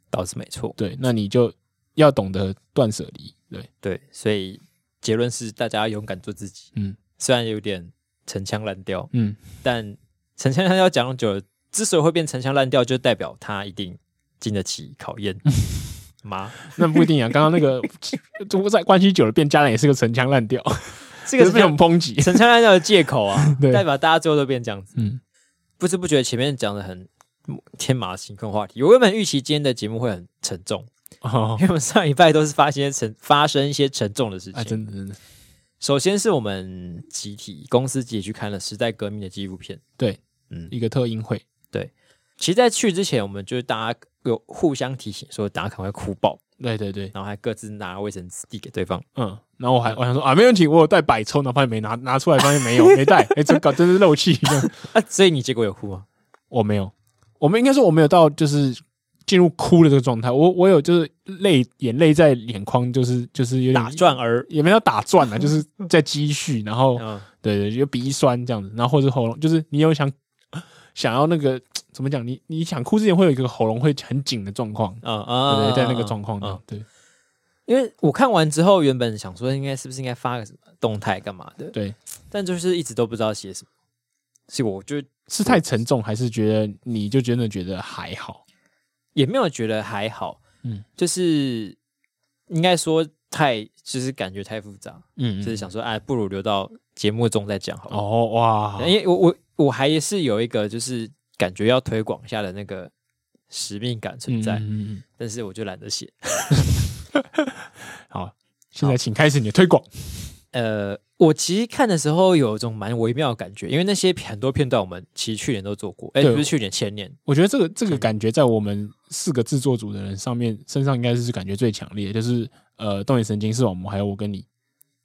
[SPEAKER 1] 倒是没错。
[SPEAKER 2] 对，那你就要懂得断舍离。对，
[SPEAKER 1] 对，所以结论是大家要勇敢做自己。
[SPEAKER 2] 嗯
[SPEAKER 1] 虽然有点陈腔滥调，
[SPEAKER 2] 嗯，
[SPEAKER 1] 但陈腔滥调讲久了，之所以会变陈腔滥调，就代表他一定经得起考 验吗？
[SPEAKER 2] 那不一定啊。刚刚那个， 如果在关系久了变家人，也是个陈腔滥调，
[SPEAKER 1] 这个
[SPEAKER 2] 就是是被
[SPEAKER 1] 陈
[SPEAKER 2] 我们抨击。，
[SPEAKER 1] 陈腔滥调的借口啊
[SPEAKER 2] 对
[SPEAKER 1] 代表大家最后都变这样子。
[SPEAKER 2] 嗯
[SPEAKER 1] 不知不觉前面讲的很天马行空的话题，我原本预期今天的节目会很沉重，
[SPEAKER 2] 哦
[SPEAKER 1] 因为我们上礼拜都是发生一些沉发生一些沉重的事
[SPEAKER 2] 啊，
[SPEAKER 1] 情。
[SPEAKER 2] 真的真的，
[SPEAKER 1] 首先是我们集体公司集体去看了时代革命的纪录片，
[SPEAKER 2] 对，
[SPEAKER 1] 嗯，
[SPEAKER 2] 一个特映会。
[SPEAKER 1] 其实，在去之前，我们就是大家有互相提醒说，大家可能会哭爆，
[SPEAKER 2] 对对对，
[SPEAKER 1] 然后还各自拿卫生纸递给对方。
[SPEAKER 2] 嗯，然后我还我想说啊，没问题，我有带百抽，然后发现没拿，拿出来发现 没有，没带，哎、这搞真是漏气。 这样
[SPEAKER 1] 啊，所以你结果有哭吗？
[SPEAKER 2] 我没有，我们应该说我没有到就是进入哭的这个状态，我我有就是泪眼泪在眼眶，就是就是有
[SPEAKER 1] 打
[SPEAKER 2] 点
[SPEAKER 1] 转儿，
[SPEAKER 2] 也没有打转 啊，就是在积蓄，然后
[SPEAKER 1] 嗯，
[SPEAKER 2] 对对，就鼻酸这样子，然后或者喉咙，就是你有想想要那个怎么讲，你你想哭之前会有一个喉咙会很紧的状况，
[SPEAKER 1] 啊
[SPEAKER 2] 对
[SPEAKER 1] 啊，
[SPEAKER 2] 对，
[SPEAKER 1] 啊
[SPEAKER 2] 在那个状况，
[SPEAKER 1] 啊啊啊
[SPEAKER 2] 中，对
[SPEAKER 1] 因为我看完之后，原本想说应该是不是应该发个什么动态干嘛的，
[SPEAKER 2] 对，
[SPEAKER 1] 但就是一直都不知道写什么，所以我就是
[SPEAKER 2] 太沉重，还是觉得你就真的觉得还好，
[SPEAKER 1] 也没有觉得还好，
[SPEAKER 2] 嗯
[SPEAKER 1] 就是应该说太就是感觉太复杂，
[SPEAKER 2] 嗯
[SPEAKER 1] 就是想说哎，不如留到节目中再讲好了。
[SPEAKER 2] 哦哇，
[SPEAKER 1] 因为我我我还是有一个就是感觉要推广一下的那个使命感存在，
[SPEAKER 2] 嗯嗯嗯
[SPEAKER 1] 但是我就懒得写。
[SPEAKER 2] 好，现在请开始你的推广。
[SPEAKER 1] 呃，我其实看的时候有一种蛮微妙的感觉，因为那些很多片段我们其实去年都做过，哎、
[SPEAKER 2] 对
[SPEAKER 1] 不是去年前年，
[SPEAKER 2] 我觉得这个这个感觉在我们四个制作组的人上面身上应该是感觉最强烈，就是呃动眼神经是我们还有我跟你，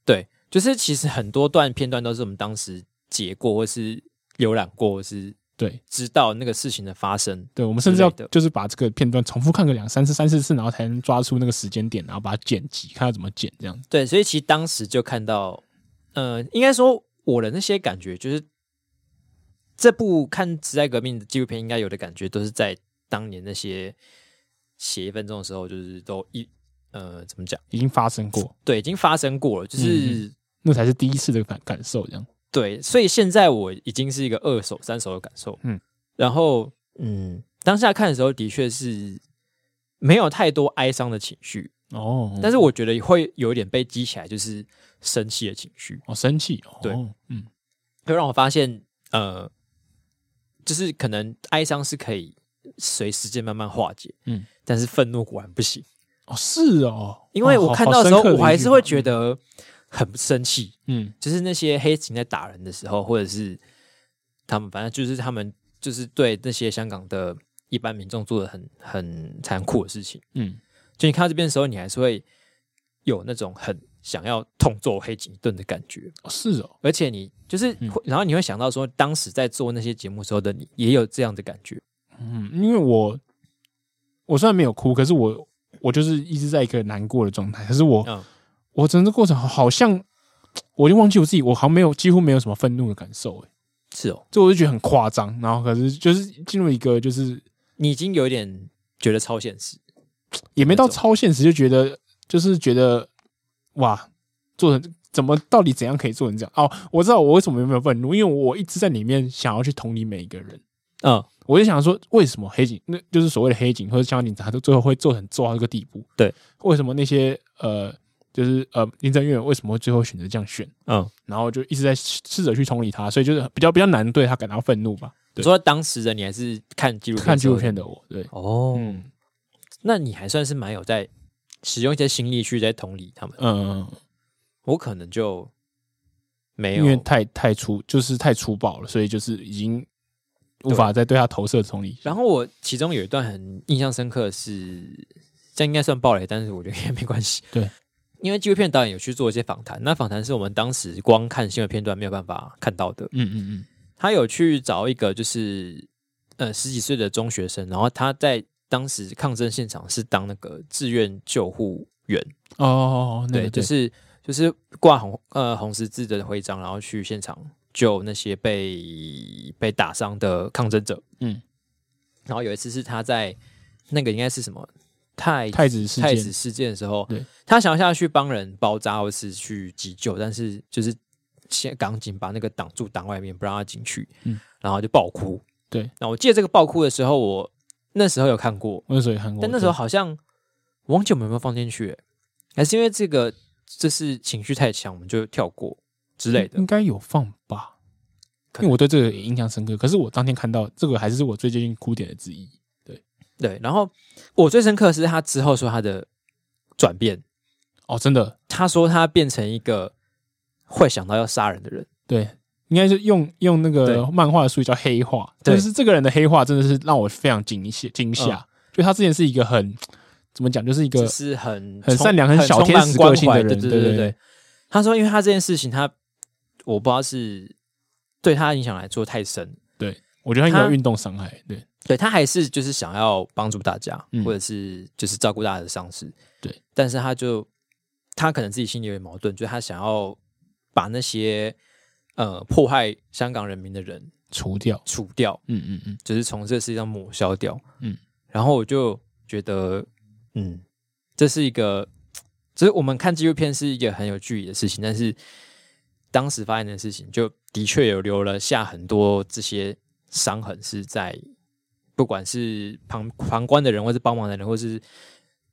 [SPEAKER 1] 对，就是其实很多段片段都是我们当时截过或是浏览过，或是
[SPEAKER 2] 对
[SPEAKER 1] 知道那个事情的发生。
[SPEAKER 2] 对，我们甚至要
[SPEAKER 1] 之类的
[SPEAKER 2] 就是把这个片段重复看个两三次、三四次，然后才能抓住那个时间点，然后把它剪辑，看要怎么剪这样。
[SPEAKER 1] 对，所以其实当时就看到，呃，应该说我的那些感觉就是，这部看《时代革命》的纪录片应该有的感觉，都是在当年那些写一分钟的时候，就是都一呃怎么讲，
[SPEAKER 2] 已经发生过，
[SPEAKER 1] 对，已经发生过了，就是。
[SPEAKER 2] 那才是第一次的感感受这样。
[SPEAKER 1] 对，所以现在我已经是一个二手、三手的感受。嗯
[SPEAKER 2] 嗯，
[SPEAKER 1] 然后嗯，当下看的时候的确是没有太多哀伤的情绪，
[SPEAKER 2] 哦，
[SPEAKER 1] 但是
[SPEAKER 2] 是
[SPEAKER 1] 我觉得会有一点被激起来，就是生气的情绪，
[SPEAKER 2] 我、哦、生气，哦、
[SPEAKER 1] 对，
[SPEAKER 2] 嗯
[SPEAKER 1] 就让我发现，呃，就是可能哀伤是可以随时间慢慢化解，
[SPEAKER 2] 嗯，
[SPEAKER 1] 但是愤怒果然不行，
[SPEAKER 2] 哦是哦，
[SPEAKER 1] 因为
[SPEAKER 2] 哦
[SPEAKER 1] 我
[SPEAKER 2] 好
[SPEAKER 1] 看
[SPEAKER 2] 好
[SPEAKER 1] 到的时候，
[SPEAKER 2] 深刻的
[SPEAKER 1] 我还
[SPEAKER 2] 一句
[SPEAKER 1] 是会
[SPEAKER 2] 话
[SPEAKER 1] 觉得很生气，
[SPEAKER 2] 嗯
[SPEAKER 1] 就是那些黑警在打人的时候，或者是他们，反正就是他们就是对那些香港的一般民众做的很很残酷的事情。
[SPEAKER 2] 嗯
[SPEAKER 1] 就你看到这边的时候，你还是会有那种很想要痛揍黑警一顿的感觉，
[SPEAKER 2] 哦是哦，
[SPEAKER 1] 而且你就是
[SPEAKER 2] 嗯
[SPEAKER 1] 会，然后你会想到说，当时在做那些节目时候的你，也有这样的感觉。
[SPEAKER 2] 嗯，因为我我虽然没有哭，可是我我就是一直在一个难过的状态。可是我、
[SPEAKER 1] 嗯
[SPEAKER 2] 我整个过程好好像我就忘记我自己，我好像没有几乎没有什么愤怒的感受，哎，
[SPEAKER 1] 是哦，
[SPEAKER 2] 这我就觉得很夸张。然后可是就是进入一个就是
[SPEAKER 1] 你已经有点觉得超现实，
[SPEAKER 2] 也没到
[SPEAKER 1] 那种
[SPEAKER 2] 超现实，就觉得就是觉得哇，做成怎么到底怎样可以做成这样？哦，我知道我为什么没有愤怒，因为我一直在里面想要去同理每一个人。
[SPEAKER 1] 嗯，
[SPEAKER 2] 我就想说，为什么黑警，那就是所谓的黑警或者香港警察，都最后会做成做到这个地步？
[SPEAKER 1] 对，
[SPEAKER 2] 为什么那些呃就是呃林正月为什么会最后选择这样选，
[SPEAKER 1] 嗯，
[SPEAKER 2] 然后就一直在试试着去同理他，所以就是比较比较难对他感到愤怒吧。
[SPEAKER 1] 你
[SPEAKER 2] 对，
[SPEAKER 1] 说当时的你还是看纪录片
[SPEAKER 2] 看纪录
[SPEAKER 1] 的时候
[SPEAKER 2] 片的我，对，
[SPEAKER 1] 哦，
[SPEAKER 2] 嗯
[SPEAKER 1] 那你还算是蛮有在使用一些心力去在同理他们，
[SPEAKER 2] 嗯，
[SPEAKER 1] 我可能就没有，
[SPEAKER 2] 因为太太粗就是太粗暴了，所以就是已经无法再对他投射同理。
[SPEAKER 1] 然后我其中有一段很印象深刻的是，这样应该算暴雷，但是我觉得应该没关系。
[SPEAKER 2] 对，
[SPEAKER 1] 因为纪录片导演有去做一些访谈，那访谈是我们当时光看新闻片段没有办法看到的。
[SPEAKER 2] 嗯嗯
[SPEAKER 1] 他有去找一个就是呃十几岁的中学生，然后他在当时抗争现场是当那个志愿救护员，
[SPEAKER 2] 嗯，哦，那
[SPEAKER 1] 对，
[SPEAKER 2] 个
[SPEAKER 1] 就是就是挂红呃红十字的徽章，然后去现场救那些被被打伤的抗争者。
[SPEAKER 2] 嗯，
[SPEAKER 1] 然后有一次是他在那个应该是什么太
[SPEAKER 2] 太子事
[SPEAKER 1] 太
[SPEAKER 2] 件
[SPEAKER 1] 子，事件的时候
[SPEAKER 2] 对，
[SPEAKER 1] 他想要下去帮人包扎或是去急救，但是就是先港警把那个挡住挡外面，不让他进去，
[SPEAKER 2] 嗯
[SPEAKER 1] 然后就爆哭。
[SPEAKER 2] 对，
[SPEAKER 1] 那我记得这个爆哭的时候，我那时候有看过，
[SPEAKER 2] 我那时候也看过，
[SPEAKER 1] 但那时候好像我忘记我们有没有放进去、欸还是因为这个就是情绪太强，我们就跳过之类
[SPEAKER 2] 对
[SPEAKER 1] 的
[SPEAKER 2] 应。该有放吧，
[SPEAKER 1] 可
[SPEAKER 2] 因
[SPEAKER 1] 能
[SPEAKER 2] 为我对这个也印象深刻。可是我当天看到这个，还是我最接近哭点的之一。
[SPEAKER 1] 对，然后我最深刻的是他之后说他的转变，
[SPEAKER 2] 哦，真的，
[SPEAKER 1] 他说他变成一个会想到要杀人的人。
[SPEAKER 2] 对，应该是用用那个
[SPEAKER 1] 对
[SPEAKER 2] 漫画的术语叫黑化，
[SPEAKER 1] 对嗯
[SPEAKER 2] 但是这个人的黑化真的是让我非常惊吓惊吓。就他之前是一个很怎么讲，就是一个
[SPEAKER 1] 就是很
[SPEAKER 2] 很
[SPEAKER 1] 充
[SPEAKER 2] 善良
[SPEAKER 1] 很
[SPEAKER 2] 很小
[SPEAKER 1] 充
[SPEAKER 2] 天
[SPEAKER 1] 满
[SPEAKER 2] 使
[SPEAKER 1] 关
[SPEAKER 2] 个性的
[SPEAKER 1] 怀
[SPEAKER 2] 人
[SPEAKER 1] 对
[SPEAKER 2] 对
[SPEAKER 1] 对
[SPEAKER 2] 对
[SPEAKER 1] 对
[SPEAKER 2] 对。
[SPEAKER 1] 他说，因为他这件事情他，我不知道是对他的影响来说太深，
[SPEAKER 2] 对我觉得他应该有
[SPEAKER 1] 他
[SPEAKER 2] 运动伤害，对
[SPEAKER 1] 对他还是就是想要帮助大家，
[SPEAKER 2] 嗯
[SPEAKER 1] 或者是就是照顾大家的伤势。
[SPEAKER 2] 对，
[SPEAKER 1] 但是他就他可能自己心里有点矛盾，就是他想要把那些呃迫害香港人民的人
[SPEAKER 2] 除掉。
[SPEAKER 1] 除掉，
[SPEAKER 2] 嗯嗯嗯，
[SPEAKER 1] 就是从这世界上抹消掉。
[SPEAKER 2] 嗯，
[SPEAKER 1] 然后我就觉得，嗯，这是一个，就是我们看纪录片是一个很有距离的事情，但是当时发现的事情，就的确有留了下很多这些伤痕，是在不管是旁旁观的人，或是帮忙的人，或是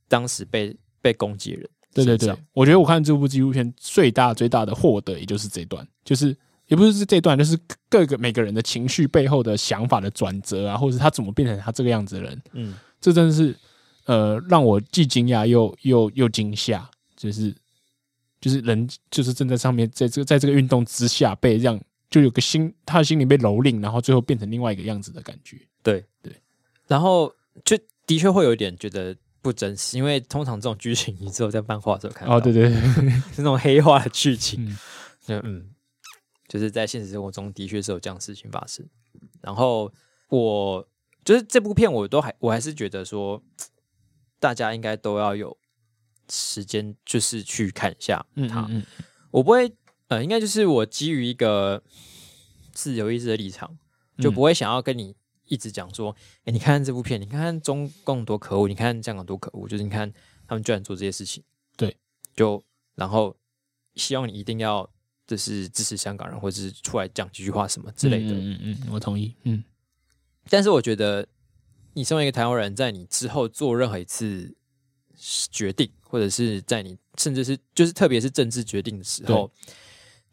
[SPEAKER 1] 当时被被攻击的人
[SPEAKER 2] 对
[SPEAKER 1] 身
[SPEAKER 2] 对
[SPEAKER 1] 上，
[SPEAKER 2] 对，我觉得我看这部纪录片最大最大的获得，也就是这段，就是也不是这段，就是各个每个人的情绪背后的想法的转折啊，或者是他怎么变成他这个样子的人，
[SPEAKER 1] 嗯，
[SPEAKER 2] 这真的是呃让我既惊讶又又又惊吓，就是就是人就是正在上面，在这在这个运动之下被让就有个心他的心灵被蹂躏，然后最后变成另外一个样子的感觉。
[SPEAKER 1] 对
[SPEAKER 2] 对，
[SPEAKER 1] 然后就的确会有一点觉得。不真实，因为通常这种剧情你只有在漫画的时候看到。
[SPEAKER 2] 哦，对对对，
[SPEAKER 1] 是那种黑化的剧情。
[SPEAKER 2] 嗯
[SPEAKER 1] 嗯嗯，就是在现实生活中的确是有这样的事情发生。然后我就是这部片，我都还我还是觉得说，大家应该都要有时间，就是去看一下
[SPEAKER 2] 嗯
[SPEAKER 1] 它。
[SPEAKER 2] 嗯
[SPEAKER 1] 我不会，呃，应该就是我基于一个自由意志的立场，
[SPEAKER 2] 嗯
[SPEAKER 1] 就不会想要跟你一直讲说，哎、你看看这部片，你看看中共多可恶，你看看香港多可恶，就是你看他们居然做这些事情，
[SPEAKER 2] 对，
[SPEAKER 1] 就然后希望你一定要就是支持香港人，或者是出来讲几句话什么之类的。
[SPEAKER 2] 嗯嗯嗯，我同意，嗯
[SPEAKER 1] 但是我觉得，你身为一个台湾人，在你之后做任何一次决定，或者是在你甚至是就是特别是政治决定的时候，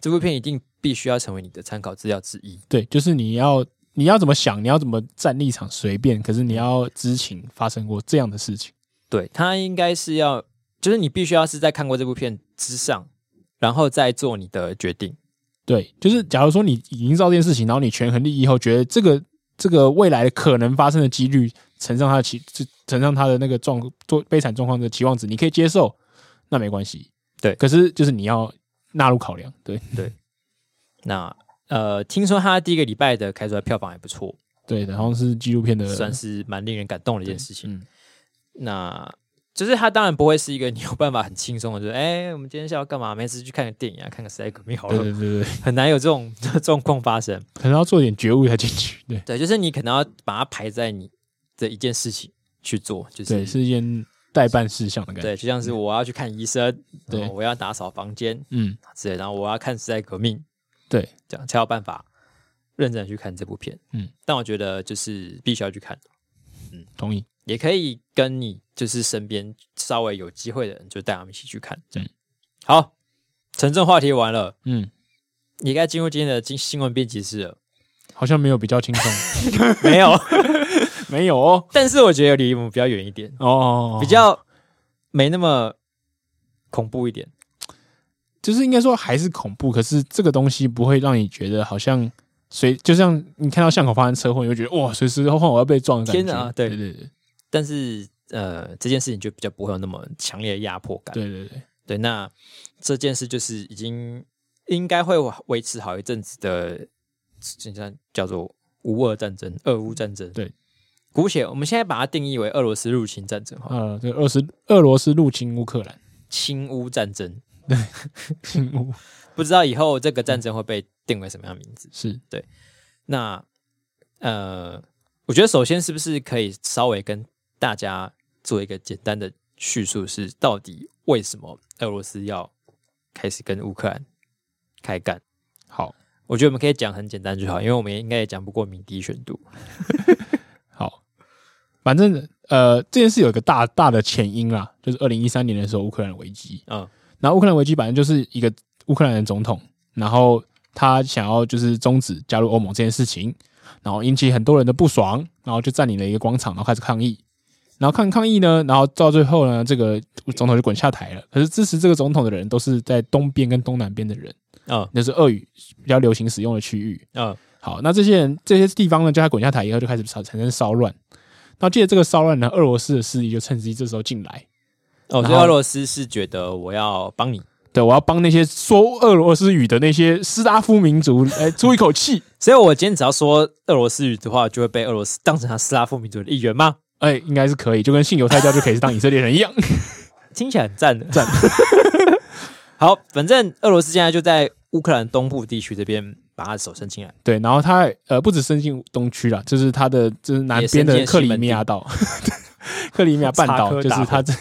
[SPEAKER 1] 这部片一定必须要成为你的参考资料之一。
[SPEAKER 2] 对，就是你要你要怎么想，你要怎么站立场随便，可是你要知情发生过这样的事情。
[SPEAKER 1] 对，它应该是要，就是你必须要是在看过这部片之上，然后再做你的决定。
[SPEAKER 2] 对，就是假如说你已经知道这件事情，然后你权衡利益后，觉得这个这个未来可能发生的几率乘上它的期，就乘上它的那个状做悲惨状况的期望值，你可以接受，那没关系。
[SPEAKER 1] 对
[SPEAKER 2] 可是就是你要纳入考量。对
[SPEAKER 1] 那呃，听说它第一个礼拜的开出来票房还不错，
[SPEAKER 2] 对，然后是纪录片的
[SPEAKER 1] 算是蛮令人感动的一件事情。
[SPEAKER 2] 嗯，
[SPEAKER 1] 那就是它当然不会是一个你有办法很轻松的，就是 哎、我们今天下午干嘛？没事去看个电影啊，看个《时代革命》好
[SPEAKER 2] 对
[SPEAKER 1] 了，
[SPEAKER 2] 对对对，
[SPEAKER 1] 很难有这种 这种状况发生。
[SPEAKER 2] 可能要做点觉悟才进去。对
[SPEAKER 1] 对，就是你可能要把它排在你的一件事情去做，就是
[SPEAKER 2] 对，是一件代办事项的感觉。
[SPEAKER 1] 对就像是我要去看医生，
[SPEAKER 2] 对
[SPEAKER 1] 然后我要打扫房间
[SPEAKER 2] 嗯，
[SPEAKER 1] 之类，然后我要看《时代革命》，
[SPEAKER 2] 对，
[SPEAKER 1] 这样才有办法认真的去看这部片。
[SPEAKER 2] 嗯，
[SPEAKER 1] 但我觉得就是必须要去看。
[SPEAKER 2] 同意。
[SPEAKER 1] 也可以跟你就是身边稍微有机会的人，就带他们一起去看，这样、好，城镇话题完了，
[SPEAKER 2] 嗯，
[SPEAKER 1] 也该进入今天的新新闻编辑室了。
[SPEAKER 2] 好像没有比较轻松，
[SPEAKER 1] 没有，
[SPEAKER 2] 没有哦，
[SPEAKER 1] 但是我觉得离我们比较远一点，
[SPEAKER 2] 哦，
[SPEAKER 1] 比较没那么恐怖一点。
[SPEAKER 2] 就是应该说还是恐怖，可是这个东西不会让你觉得好像随，就像你看到巷口发生车祸，你会觉得哇，随时换我要被撞的感觉。
[SPEAKER 1] 天哪对
[SPEAKER 2] 对对对
[SPEAKER 1] 但是呃，这件事情就比较不会有那么强烈的压迫感。
[SPEAKER 2] 对对对，
[SPEAKER 1] 对，那这件事就是已经应该会维持好一阵子的，现在叫做无俄战争、俄乌战争。
[SPEAKER 2] 对，
[SPEAKER 1] 姑且我们现在把它定义为俄罗斯入侵战争哈，
[SPEAKER 2] 呃，这个俄斯俄罗斯入侵乌克兰，
[SPEAKER 1] 侵乌战争。
[SPEAKER 2] 侵乌
[SPEAKER 1] 不知道以后这个战争会被定为什么样的名字？
[SPEAKER 2] 是
[SPEAKER 1] 那呃，我觉得首先是不是可以稍微跟大家做一个简单的叙述，是到底为什么俄罗斯要开始跟乌克兰开干？
[SPEAKER 2] 好
[SPEAKER 1] 我觉得我们可以讲很简单就好，因为我们也应该也讲不过鸣笛选读。
[SPEAKER 2] 好，反正呃，这件事有一个大大的前因啦，就是二零一三年的时候乌克兰危机，
[SPEAKER 1] 嗯
[SPEAKER 2] 然后乌克兰危机本来就是一个乌克兰的总统，然后他想要就是终止加入欧盟这件事情，然后引起很多人的不爽，然后就占领了一个广场，然后开始抗议。然后抗抗议呢，然后到最后呢，这个总统就滚下台了。可是支持这个总统的人都是在东边跟东南边的人，
[SPEAKER 1] 嗯
[SPEAKER 2] 那、是俄语比较流行使用的区域。
[SPEAKER 1] 嗯
[SPEAKER 2] 好，那这些人这些地方呢，叫他滚下台以后，就开始产产生骚乱。那借着这个骚乱呢，俄罗斯的势力就趁机这时候进来，
[SPEAKER 1] 哦，所
[SPEAKER 2] 然
[SPEAKER 1] 以俄
[SPEAKER 2] 后
[SPEAKER 1] 罗斯是觉得我要帮你，
[SPEAKER 2] 对，我要帮那些说俄罗斯语的那些斯拉夫民族来出一 口气。
[SPEAKER 1] 所以我今天只要说俄罗斯语的话，就会被俄罗斯当成他斯拉夫民族的一员吗？
[SPEAKER 2] 哎、应该是可以，就跟信犹太教就可以是当以色列人一样。
[SPEAKER 1] 听起来很赞的，赞。 好，反正俄罗斯现在就在乌克兰东部地区这边把他的手伸进来，
[SPEAKER 2] 对，然后他呃不止伸进东区了，就是他的就是南
[SPEAKER 1] 也
[SPEAKER 2] 边
[SPEAKER 1] 伸进
[SPEAKER 2] 的
[SPEAKER 1] 了
[SPEAKER 2] 克
[SPEAKER 1] 西
[SPEAKER 2] 里
[SPEAKER 1] 门
[SPEAKER 2] 米
[SPEAKER 1] 地
[SPEAKER 2] 亚 岛， 克里米亚半
[SPEAKER 1] 插
[SPEAKER 2] 岛
[SPEAKER 1] 科
[SPEAKER 2] 就是
[SPEAKER 1] 打
[SPEAKER 2] 他这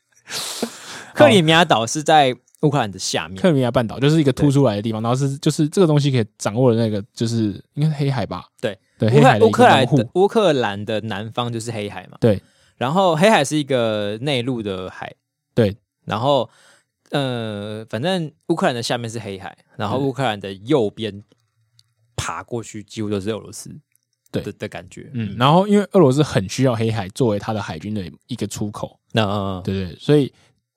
[SPEAKER 1] 克里米亚岛是在乌克兰的下面。
[SPEAKER 2] 克里米亚半岛就是一个凸出来的地方，然后是就是这个东西可以掌握的那个就是应该是黑海吧？
[SPEAKER 1] 对
[SPEAKER 2] 对，
[SPEAKER 1] 乌
[SPEAKER 2] 黑
[SPEAKER 1] 克
[SPEAKER 2] 海
[SPEAKER 1] 兰乌克兰
[SPEAKER 2] 的一个门户
[SPEAKER 1] 的。乌克兰的南方就是黑海嘛，
[SPEAKER 2] 对
[SPEAKER 1] 然后黑海是一个内陆的海，
[SPEAKER 2] 对，
[SPEAKER 1] 然后呃，反正乌克兰的下面是黑海，然后
[SPEAKER 2] 对
[SPEAKER 1] 乌克兰的右边爬过去几乎都是俄罗斯，
[SPEAKER 2] 对
[SPEAKER 1] 的的感觉，
[SPEAKER 2] 嗯，然后因为俄罗斯很需要黑海作为它的海军的一个出口，
[SPEAKER 1] 那、呃、
[SPEAKER 2] 对对，所以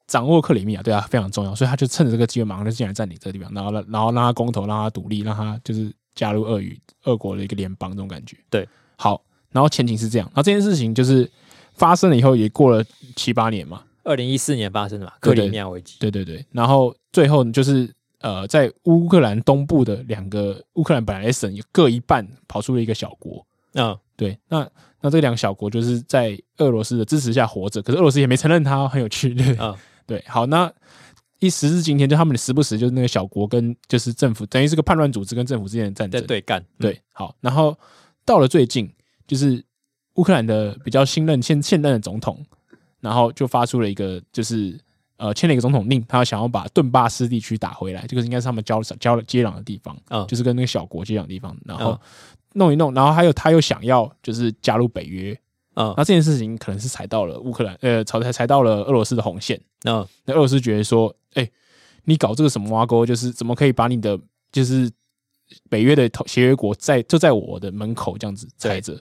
[SPEAKER 2] 掌握克里米亚对他非常重要，所以他就趁着这个机会马上就进来占领这个地方，然后让然后让他公投，让他独立，让他就是加入俄语俄国的一个联邦这种感觉。
[SPEAKER 1] 对，
[SPEAKER 2] 好，然后前景是这样，然后这件事情就是发生了以后也过了七八年嘛，
[SPEAKER 1] 二零一四年发生的嘛，克
[SPEAKER 2] 对对
[SPEAKER 1] 里米亚危机，
[SPEAKER 2] 对对对，然后最后就是呃，在乌克兰东部的两个乌克兰本来的省有各一半跑出了一个小国，
[SPEAKER 1] 嗯，
[SPEAKER 2] 对，那那这两个小国就是在俄罗斯的支持下活着，可是俄罗斯也没承认它，很有趣。对，
[SPEAKER 1] 嗯
[SPEAKER 2] 对，好，那一时至今天，就他们时不时就是那个小国跟就是政府，等于是个叛乱组织跟政府之间的战
[SPEAKER 1] 在
[SPEAKER 2] 争。
[SPEAKER 1] 对干，嗯
[SPEAKER 2] 对，好，然后到了最近，就是乌克兰的比较新任现现任的总统，然后就发出了一个就是呃签了一个总统令，他想要把顿巴斯地区打回来，这个应该是他们交交接壤的地方，
[SPEAKER 1] 嗯
[SPEAKER 2] 就是跟那个小国接壤的地方，然后
[SPEAKER 1] 嗯
[SPEAKER 2] 弄一弄，然后还有他又想要就是加入北约，
[SPEAKER 1] 嗯
[SPEAKER 2] 那这件事情可能是踩到了乌克兰呃踩踩踩到了俄罗斯的红线，
[SPEAKER 1] 嗯
[SPEAKER 2] 那俄罗斯觉得说，哎、你搞这个什么挖沟，就是怎么可以把你的就是北约的头协约国在就在我的门口这样子踩着，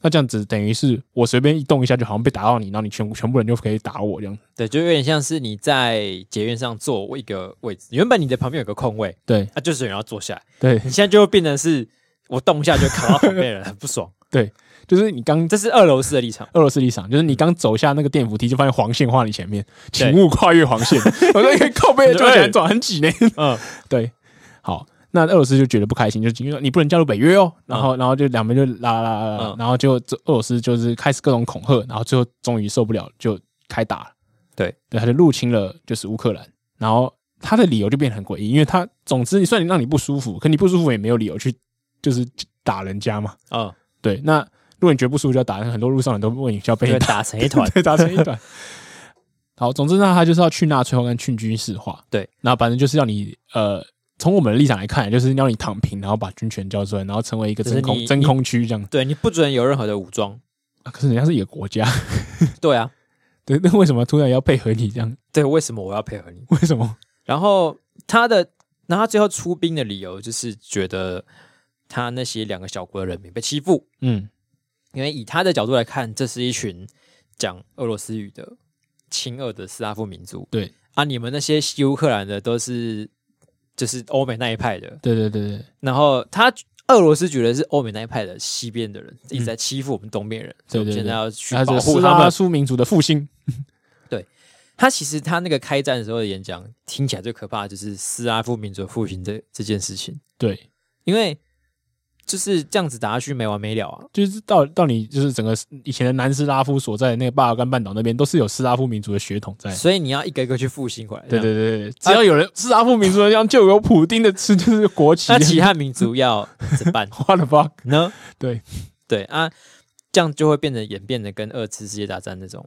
[SPEAKER 2] 那这样子等于是我随便一动一下，就好像被打到你，然后你全全部人就可以打我这样。
[SPEAKER 1] 对，就有点像是你在捷运上坐一个位置，原本你的旁边有个空位，
[SPEAKER 2] 对
[SPEAKER 1] 啊，就是有人要坐下来，
[SPEAKER 2] 对
[SPEAKER 1] 你现在就会变成是我动一下就卡到旁边的人，很不爽。
[SPEAKER 2] 对，就是你刚
[SPEAKER 1] 这是俄罗斯的立场，
[SPEAKER 2] 俄罗斯立场，就是你刚走下那个电扶梯，就发现黄线画你前面，
[SPEAKER 1] 对
[SPEAKER 2] 请勿跨越黄 线。我说因为 靠背就很转很挤呢。
[SPEAKER 1] 嗯，
[SPEAKER 2] 对，好，那俄罗斯就觉得不开心，就因为你不能加入北约哦，然后、然后就两边就拉拉拉拉拉，
[SPEAKER 1] 嗯
[SPEAKER 2] 然后就这俄罗斯就是开始各种恐吓，然后最后终于受不了就开打了，
[SPEAKER 1] 对
[SPEAKER 2] 对，他就入侵了就是乌克兰，然后他的理由就变得很诡异，因为他总之你算你让你不舒服，可你不舒服也没有理由去就是打人家嘛，
[SPEAKER 1] 嗯，
[SPEAKER 2] 对，那如果你觉得不舒服就要打人，很多路上人都问你要
[SPEAKER 1] 就
[SPEAKER 2] 被
[SPEAKER 1] 会
[SPEAKER 2] 你打，。
[SPEAKER 1] 打成一 团
[SPEAKER 2] 对，打成一团。 好，总之呢，他就是要去纳粹化跟去军事化。
[SPEAKER 1] 对，
[SPEAKER 2] 那反正就是要你呃，从我们的立场来看，就是要你躺平，然后把军权交出来，然后成为一个
[SPEAKER 1] 就是
[SPEAKER 2] 真空
[SPEAKER 1] 你
[SPEAKER 2] 真
[SPEAKER 1] 你
[SPEAKER 2] 空区这样。
[SPEAKER 1] 对你不准有任何的武装。
[SPEAKER 2] 啊可是人家是一个国家，
[SPEAKER 1] 对啊，
[SPEAKER 2] 对，那为什么突然要配合你这样？
[SPEAKER 1] 对，为什么我要配合你？
[SPEAKER 2] 为什么？
[SPEAKER 1] 然后他的，然后他最后出兵的理由就是觉得他那些两个小国的人民被欺负，
[SPEAKER 2] 嗯，
[SPEAKER 1] 因为以他的角度来看，这是一群讲俄罗斯语的亲俄的斯拉夫民族
[SPEAKER 2] 对，
[SPEAKER 1] 啊，你们那些西乌克兰的都是就是欧美那一派的，
[SPEAKER 2] 对对对对，
[SPEAKER 1] 然后他。俄罗斯觉得是欧美那一派的西边的人一直在欺负我们东边人，所以我们
[SPEAKER 2] 嗯对对
[SPEAKER 1] 现在
[SPEAKER 2] 对
[SPEAKER 1] 要去
[SPEAKER 2] 然后
[SPEAKER 1] 保
[SPEAKER 2] 这
[SPEAKER 1] 护
[SPEAKER 2] 斯
[SPEAKER 1] 他们
[SPEAKER 2] 拉。夫民族的复兴，
[SPEAKER 1] 他其实他那个开战的时候的演讲，听起来最可怕的就是斯拉夫民族复兴这这件事情，
[SPEAKER 2] 对，
[SPEAKER 1] 因为就是这样子打下去没完没了啊。
[SPEAKER 2] 就是到到你就是整个以前的南斯拉夫所在的那个巴尔干半岛那边，都是有斯拉夫民族的血统在。
[SPEAKER 1] 所以你要一个一个去复兴 回来。
[SPEAKER 2] 对
[SPEAKER 1] 这样，
[SPEAKER 2] 对对对，只要有人斯拉夫民族的地方，就有普丁的吃，就是国旗。
[SPEAKER 1] 那其他民族要怎么办
[SPEAKER 2] What the fuck？
[SPEAKER 1] 呢？
[SPEAKER 2] 对
[SPEAKER 1] 对啊，这样就会变得演变得跟二次世界大战那种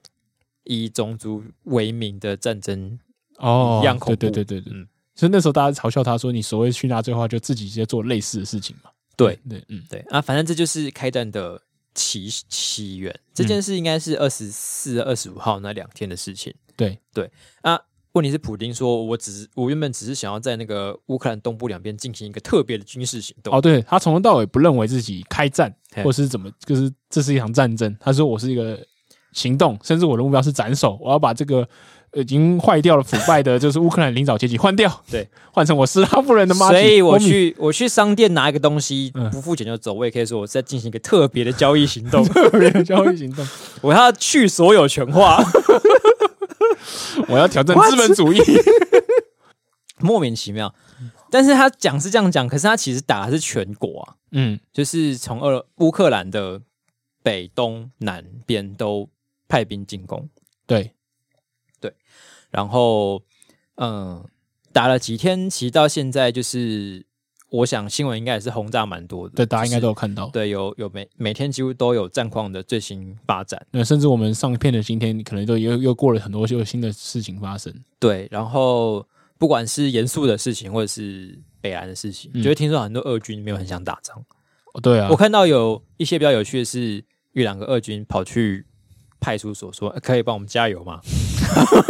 [SPEAKER 1] 以种族为名的战争。
[SPEAKER 2] 哦
[SPEAKER 1] 一样恐怖
[SPEAKER 2] 对对对对对。
[SPEAKER 1] 嗯
[SPEAKER 2] 所以那时候大家嘲笑他说：“你所谓去纳粹化，就自己直接做类似的事情嘛。
[SPEAKER 1] 对”
[SPEAKER 2] 对，嗯，
[SPEAKER 1] 对啊，反正这就是开战的起起源。这件事应该是二十四、二十五号那两天的事情。
[SPEAKER 2] 对
[SPEAKER 1] 对啊。问题是，普丁说：“我只是我原本只是想要在那个乌克兰东部两边进行一个特别的军事行动。
[SPEAKER 2] 哦，对他从头到尾不认为自己开战
[SPEAKER 1] 嘿
[SPEAKER 2] 或是怎么，就是这是一场战争。他说我是一个行动，甚至我的目标是斩首，我要把这个呃已经坏掉了、腐败的，就是乌克兰领导阶级换掉，
[SPEAKER 1] 对，
[SPEAKER 2] 换成我斯拉夫人的妈。
[SPEAKER 1] 所以我
[SPEAKER 2] 米
[SPEAKER 1] 去我去商店拿一个东西，
[SPEAKER 2] 嗯
[SPEAKER 1] 不付钱就走，我也可以说我是在进行一个特别的交易行 动，
[SPEAKER 2] 特别的交易行动，
[SPEAKER 1] 我要去所有权化，
[SPEAKER 2] 我要挑战资本 主义。
[SPEAKER 1] 莫名其妙。
[SPEAKER 2] 嗯
[SPEAKER 1] 但是他讲是这样讲，可是他其实打的是全国啊，
[SPEAKER 2] 嗯，
[SPEAKER 1] 就是从俄乌克兰的北、东、南边都派兵进攻，
[SPEAKER 2] 对，
[SPEAKER 1] 然后嗯，打了几天，其实到现在就是，我想新闻应该也是轰炸蛮多的，
[SPEAKER 2] 对，大家应
[SPEAKER 1] 就
[SPEAKER 2] 该
[SPEAKER 1] 是
[SPEAKER 2] 都有看到。
[SPEAKER 1] 对，有有每每天几乎都有战况的最新发展。
[SPEAKER 2] 那甚至我们上片的今天，可能都又又过了很多又有新的事情发生。
[SPEAKER 1] 对，然后不管是严肃的事情，或者是北兰的事情，
[SPEAKER 2] 嗯
[SPEAKER 1] 就会听说很多俄军没有很想打仗。
[SPEAKER 2] 哦，对啊
[SPEAKER 1] 我，看到有一些比较有趣的是，有两个俄军跑去派出所说：“呃可以帮我们加油吗？”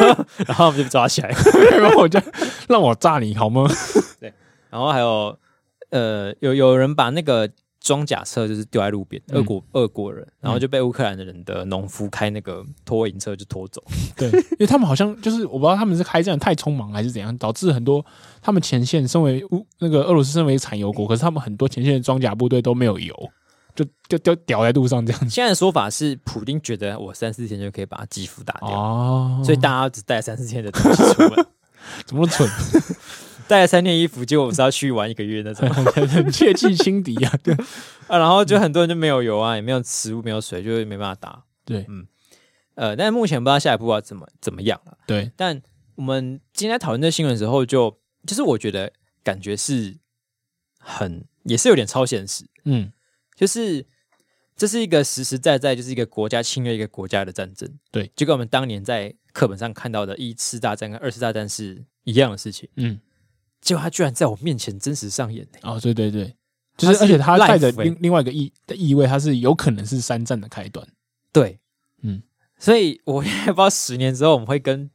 [SPEAKER 1] 然后我们就被抓起来。
[SPEAKER 2] 让我就 让我炸你好吗？
[SPEAKER 1] 然后还有呃，有有人把那个装甲车就是丢在路边，俄国俄国人，然后就被乌克兰的人的农夫开那个拖引车就拖走。
[SPEAKER 2] 对，因为他们好像就是我不知道他们是开战太匆忙还是怎样，导致很多他们前线身为乌那个俄罗斯身为产油国，可是他们很多前线的装甲部队都没有油，就就就掉在路上这 样子。
[SPEAKER 1] 现在的说法是，普丁觉得我三四天就可以把基辅打掉。
[SPEAKER 2] 哦，
[SPEAKER 1] 啊所以大家只带三四天的东西出门，
[SPEAKER 2] 怎么那么蠢？啊
[SPEAKER 1] 带了三件衣服，结果我们是要去玩一个月那种
[SPEAKER 2] 很切忌轻敌啊！对
[SPEAKER 1] 啊，然后就很多人就没有油啊，也没有食物，没有水，就没办法打。
[SPEAKER 2] 对
[SPEAKER 1] 呃，但是目前不知道下一步要怎么怎么样啊了。
[SPEAKER 2] 对，
[SPEAKER 1] 但我们今天在讨论这新闻的时候就就是我觉得感觉是很也是有点超现实，
[SPEAKER 2] 嗯，
[SPEAKER 1] 就是这是一个实实在在就是一个国家侵略一个国家的战争，
[SPEAKER 2] 对，
[SPEAKER 1] 就跟我们当年在课本上看到的一次大战跟二次大战是一样的事情。
[SPEAKER 2] 嗯，
[SPEAKER 1] 结果他居然在我面前真实上演、欸，
[SPEAKER 2] 哦，对对对，就
[SPEAKER 1] 它
[SPEAKER 2] 是
[SPEAKER 1] 是
[SPEAKER 2] 而且它带着
[SPEAKER 1] life 欸
[SPEAKER 2] 另另外一个意的意味，它是有可能是三战的开端。
[SPEAKER 1] 对，
[SPEAKER 2] 嗯，
[SPEAKER 1] 所以我也不知道十年之后我们会跟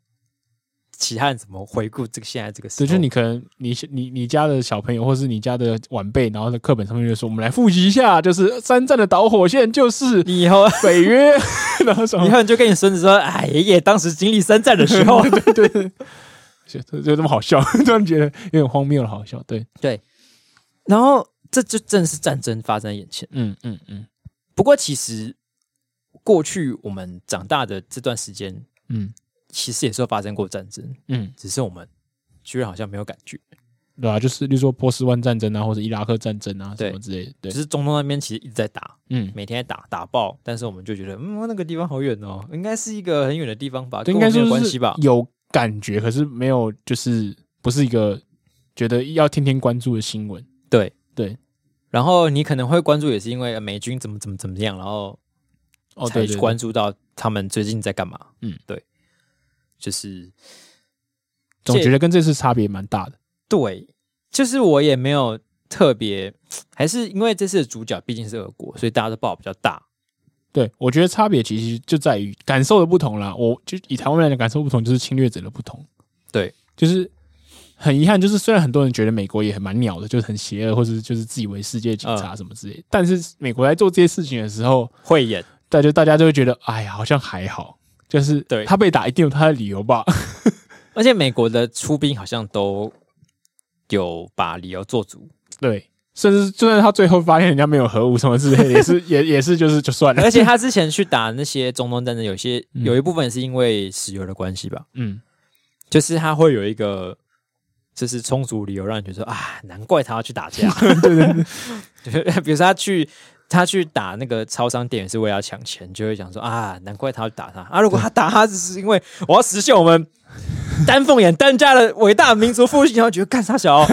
[SPEAKER 1] 其他人怎么回顾这个现在这个事。
[SPEAKER 2] 对，就是你可能你你你家的小朋友，或是你家的晚辈，然后在课本上面就说：“我们来复习一下，就是三战的导火线就是
[SPEAKER 1] 你以后，
[SPEAKER 2] 北约， 然后什
[SPEAKER 1] 以
[SPEAKER 2] 么
[SPEAKER 1] 后你就跟你孙子说：“哎，爷爷当时经历三战的时候，
[SPEAKER 2] 就就这么好笑， 突然觉得有点荒谬了，好笑。对，
[SPEAKER 1] 然后这就正是战争发生在眼前。
[SPEAKER 2] 嗯嗯嗯
[SPEAKER 1] 不过其实过去我们长大的这段时间，
[SPEAKER 2] 嗯
[SPEAKER 1] 其实也是有发生过战争，
[SPEAKER 2] 嗯，
[SPEAKER 1] 只是我们居然好像没有感觉。
[SPEAKER 2] 对啊，就是例如说波斯湾战争啊，或者伊拉克战争啊，
[SPEAKER 1] 对
[SPEAKER 2] 什么之类的。对
[SPEAKER 1] 就，是中东那边其实一直在打，
[SPEAKER 2] 嗯，
[SPEAKER 1] 每天在打打爆，但是我们就觉得，嗯，那个地方好远哦，应该是一个很远的地方吧，
[SPEAKER 2] 对，
[SPEAKER 1] 跟
[SPEAKER 2] 应
[SPEAKER 1] 我们没
[SPEAKER 2] 该说
[SPEAKER 1] 有关
[SPEAKER 2] 是
[SPEAKER 1] 系吧？
[SPEAKER 2] 有感觉，可是没有，就是不是一个觉得要天天关注的新闻。
[SPEAKER 1] 对
[SPEAKER 2] 对，
[SPEAKER 1] 然后你可能会关注，也是因为呃美军怎么怎么怎么样，然后
[SPEAKER 2] 哦，
[SPEAKER 1] 才
[SPEAKER 2] 对对对
[SPEAKER 1] 关注到他们最近在干嘛。
[SPEAKER 2] 嗯，
[SPEAKER 1] 对，就是
[SPEAKER 2] 总
[SPEAKER 1] 这
[SPEAKER 2] 觉得跟这次差别蛮大的。
[SPEAKER 1] 对，就是我也没有特别，还是因为这次的主角毕竟是俄国，所以大家都报比较大。
[SPEAKER 2] 对，我觉得差别其实就在于感受的不同啦。我就以台湾来讲，感受不同就是侵略者的不同。
[SPEAKER 1] 对，
[SPEAKER 2] 就是很遗憾，就是虽然很多人觉得美国也很蛮鸟的，就是很邪恶，或者就是自以为世界警
[SPEAKER 1] 嗯
[SPEAKER 2] 察什么之类，但是美国在做这些事情的时候，
[SPEAKER 1] 慧眼，
[SPEAKER 2] 大家大家就会觉得，哎呀，好像还好，就是
[SPEAKER 1] 对
[SPEAKER 2] 他被打一定有他的理由吧。
[SPEAKER 1] 而且美国的出兵好像都有把理由做足，
[SPEAKER 2] 对，甚至就算他最后发现人家没有核武什么之类的，也是也也是就是就算了。
[SPEAKER 1] 而且他之前去打那些中东战争，有些
[SPEAKER 2] 嗯
[SPEAKER 1] 有一部分是因为石油的关系吧，
[SPEAKER 2] 嗯，
[SPEAKER 1] 就是他会有一个就是充足理由让你觉得说啊，难怪他要去打 架。对对 对，比如说他去他去打那个超商店也是为了要抢钱，就会讲说啊，难怪他要打他啊。如果他打他只是因为我要实现我们丹凤眼丹家的伟大民族复兴，然后觉得干啥小、哦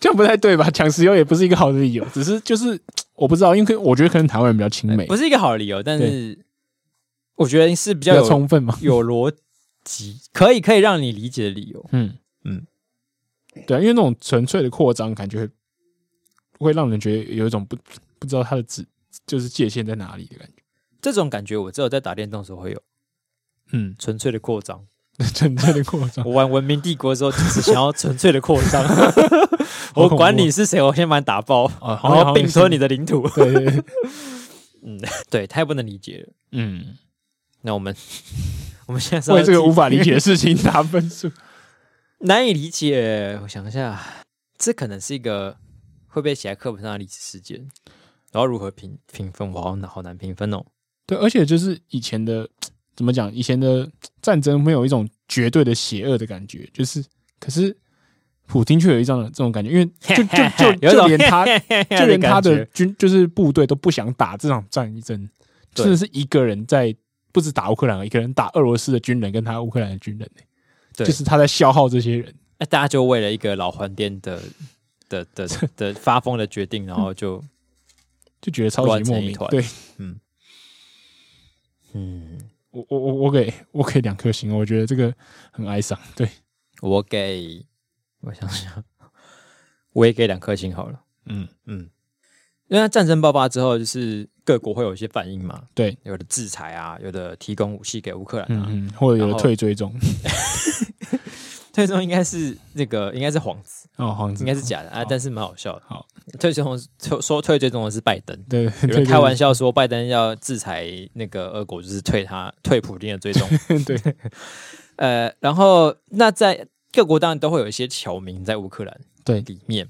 [SPEAKER 2] 这样不太对吧？抢石油也不是一个好的理由，只是就是我不知道，因为可我觉得可能台湾人比较亲美，
[SPEAKER 1] 不是一个好的理由，但是我觉得是比
[SPEAKER 2] 比
[SPEAKER 1] 较
[SPEAKER 2] 较
[SPEAKER 1] 有
[SPEAKER 2] 充分嘛。
[SPEAKER 1] 有逻辑，可以可以让你理解的理由。
[SPEAKER 2] 嗯
[SPEAKER 1] 嗯，
[SPEAKER 2] 对啊，因为那种纯粹的扩张，感觉会让人觉得有一种不不知道它的指就是界限在哪里的感觉。
[SPEAKER 1] 这种感觉我只有在打电动的时候会有
[SPEAKER 2] 嗯，
[SPEAKER 1] 纯粹的扩张。
[SPEAKER 2] 纯粹的扩 张，
[SPEAKER 1] 我玩文明帝国的时候，就是想要纯粹的扩张。
[SPEAKER 2] 好
[SPEAKER 1] 我
[SPEAKER 2] 恐怖
[SPEAKER 1] 管你是谁，我先把你打爆，
[SPEAKER 2] 哦
[SPEAKER 1] 然后并吞你。的领土。
[SPEAKER 2] 好像也是对对对，
[SPEAKER 1] 对，太不能理解了。
[SPEAKER 2] 嗯，
[SPEAKER 1] 那我们 我们现在是要
[SPEAKER 2] 为这个
[SPEAKER 1] 继续
[SPEAKER 2] 无法理解的事情打分数。
[SPEAKER 1] 难以理解，我想一下，这可能是一个会被写在课本上的历史事件。然后如何评评分？我好难好难评分哦。
[SPEAKER 2] 对，而且就是以前的怎么讲，以前的战争没有一种绝对的邪恶的感觉，就是可是普京却有一种这种感觉，因为 就就就
[SPEAKER 1] 有一
[SPEAKER 2] 就
[SPEAKER 1] 种
[SPEAKER 2] 连 他就连他
[SPEAKER 1] 感
[SPEAKER 2] 的
[SPEAKER 1] 觉
[SPEAKER 2] 军就是部队都不想打这场战争，
[SPEAKER 1] 对
[SPEAKER 2] 真的是一个人在不止打乌克兰，一个人打俄罗斯的军人跟他乌克兰的军人、欸，
[SPEAKER 1] 对
[SPEAKER 2] 就是他在消耗这些人，
[SPEAKER 1] 那哎大家就为了一个老还店的的的的发疯的决定，然后就
[SPEAKER 2] 就觉得超级
[SPEAKER 1] 乱成
[SPEAKER 2] 莫
[SPEAKER 1] 一
[SPEAKER 2] 名。
[SPEAKER 1] 团
[SPEAKER 2] 对
[SPEAKER 1] 嗯，
[SPEAKER 2] 我我我我给我给两颗星，我觉得这个很哀伤。对，
[SPEAKER 1] 我给我想想， 我也给两颗星好了。
[SPEAKER 2] 嗯，
[SPEAKER 1] 嗯，因为它战争爆发之后，就是各国会有一些反应嘛，
[SPEAKER 2] 对，
[SPEAKER 1] 有的制裁啊，有的提供武器给乌克兰
[SPEAKER 2] 嗯
[SPEAKER 1] 啊。
[SPEAKER 2] 嗯，或者有
[SPEAKER 1] 然
[SPEAKER 2] 的
[SPEAKER 1] 后
[SPEAKER 2] 退追踪
[SPEAKER 1] 退中应该是那个应该是幌子，
[SPEAKER 2] 哦，黄子
[SPEAKER 1] 应该是假的啊
[SPEAKER 2] 好，
[SPEAKER 1] 但是蛮好笑的。
[SPEAKER 2] 好，
[SPEAKER 1] 退中说说退最中的是拜登。
[SPEAKER 2] 对，
[SPEAKER 1] 有人
[SPEAKER 2] 对
[SPEAKER 1] 开玩笑说，拜登要制裁那个俄国，就是退他退普京的追踪。
[SPEAKER 2] 对，
[SPEAKER 1] 呃，然后那在各国当然都会有一些侨民在乌克兰
[SPEAKER 2] 对
[SPEAKER 1] 里面，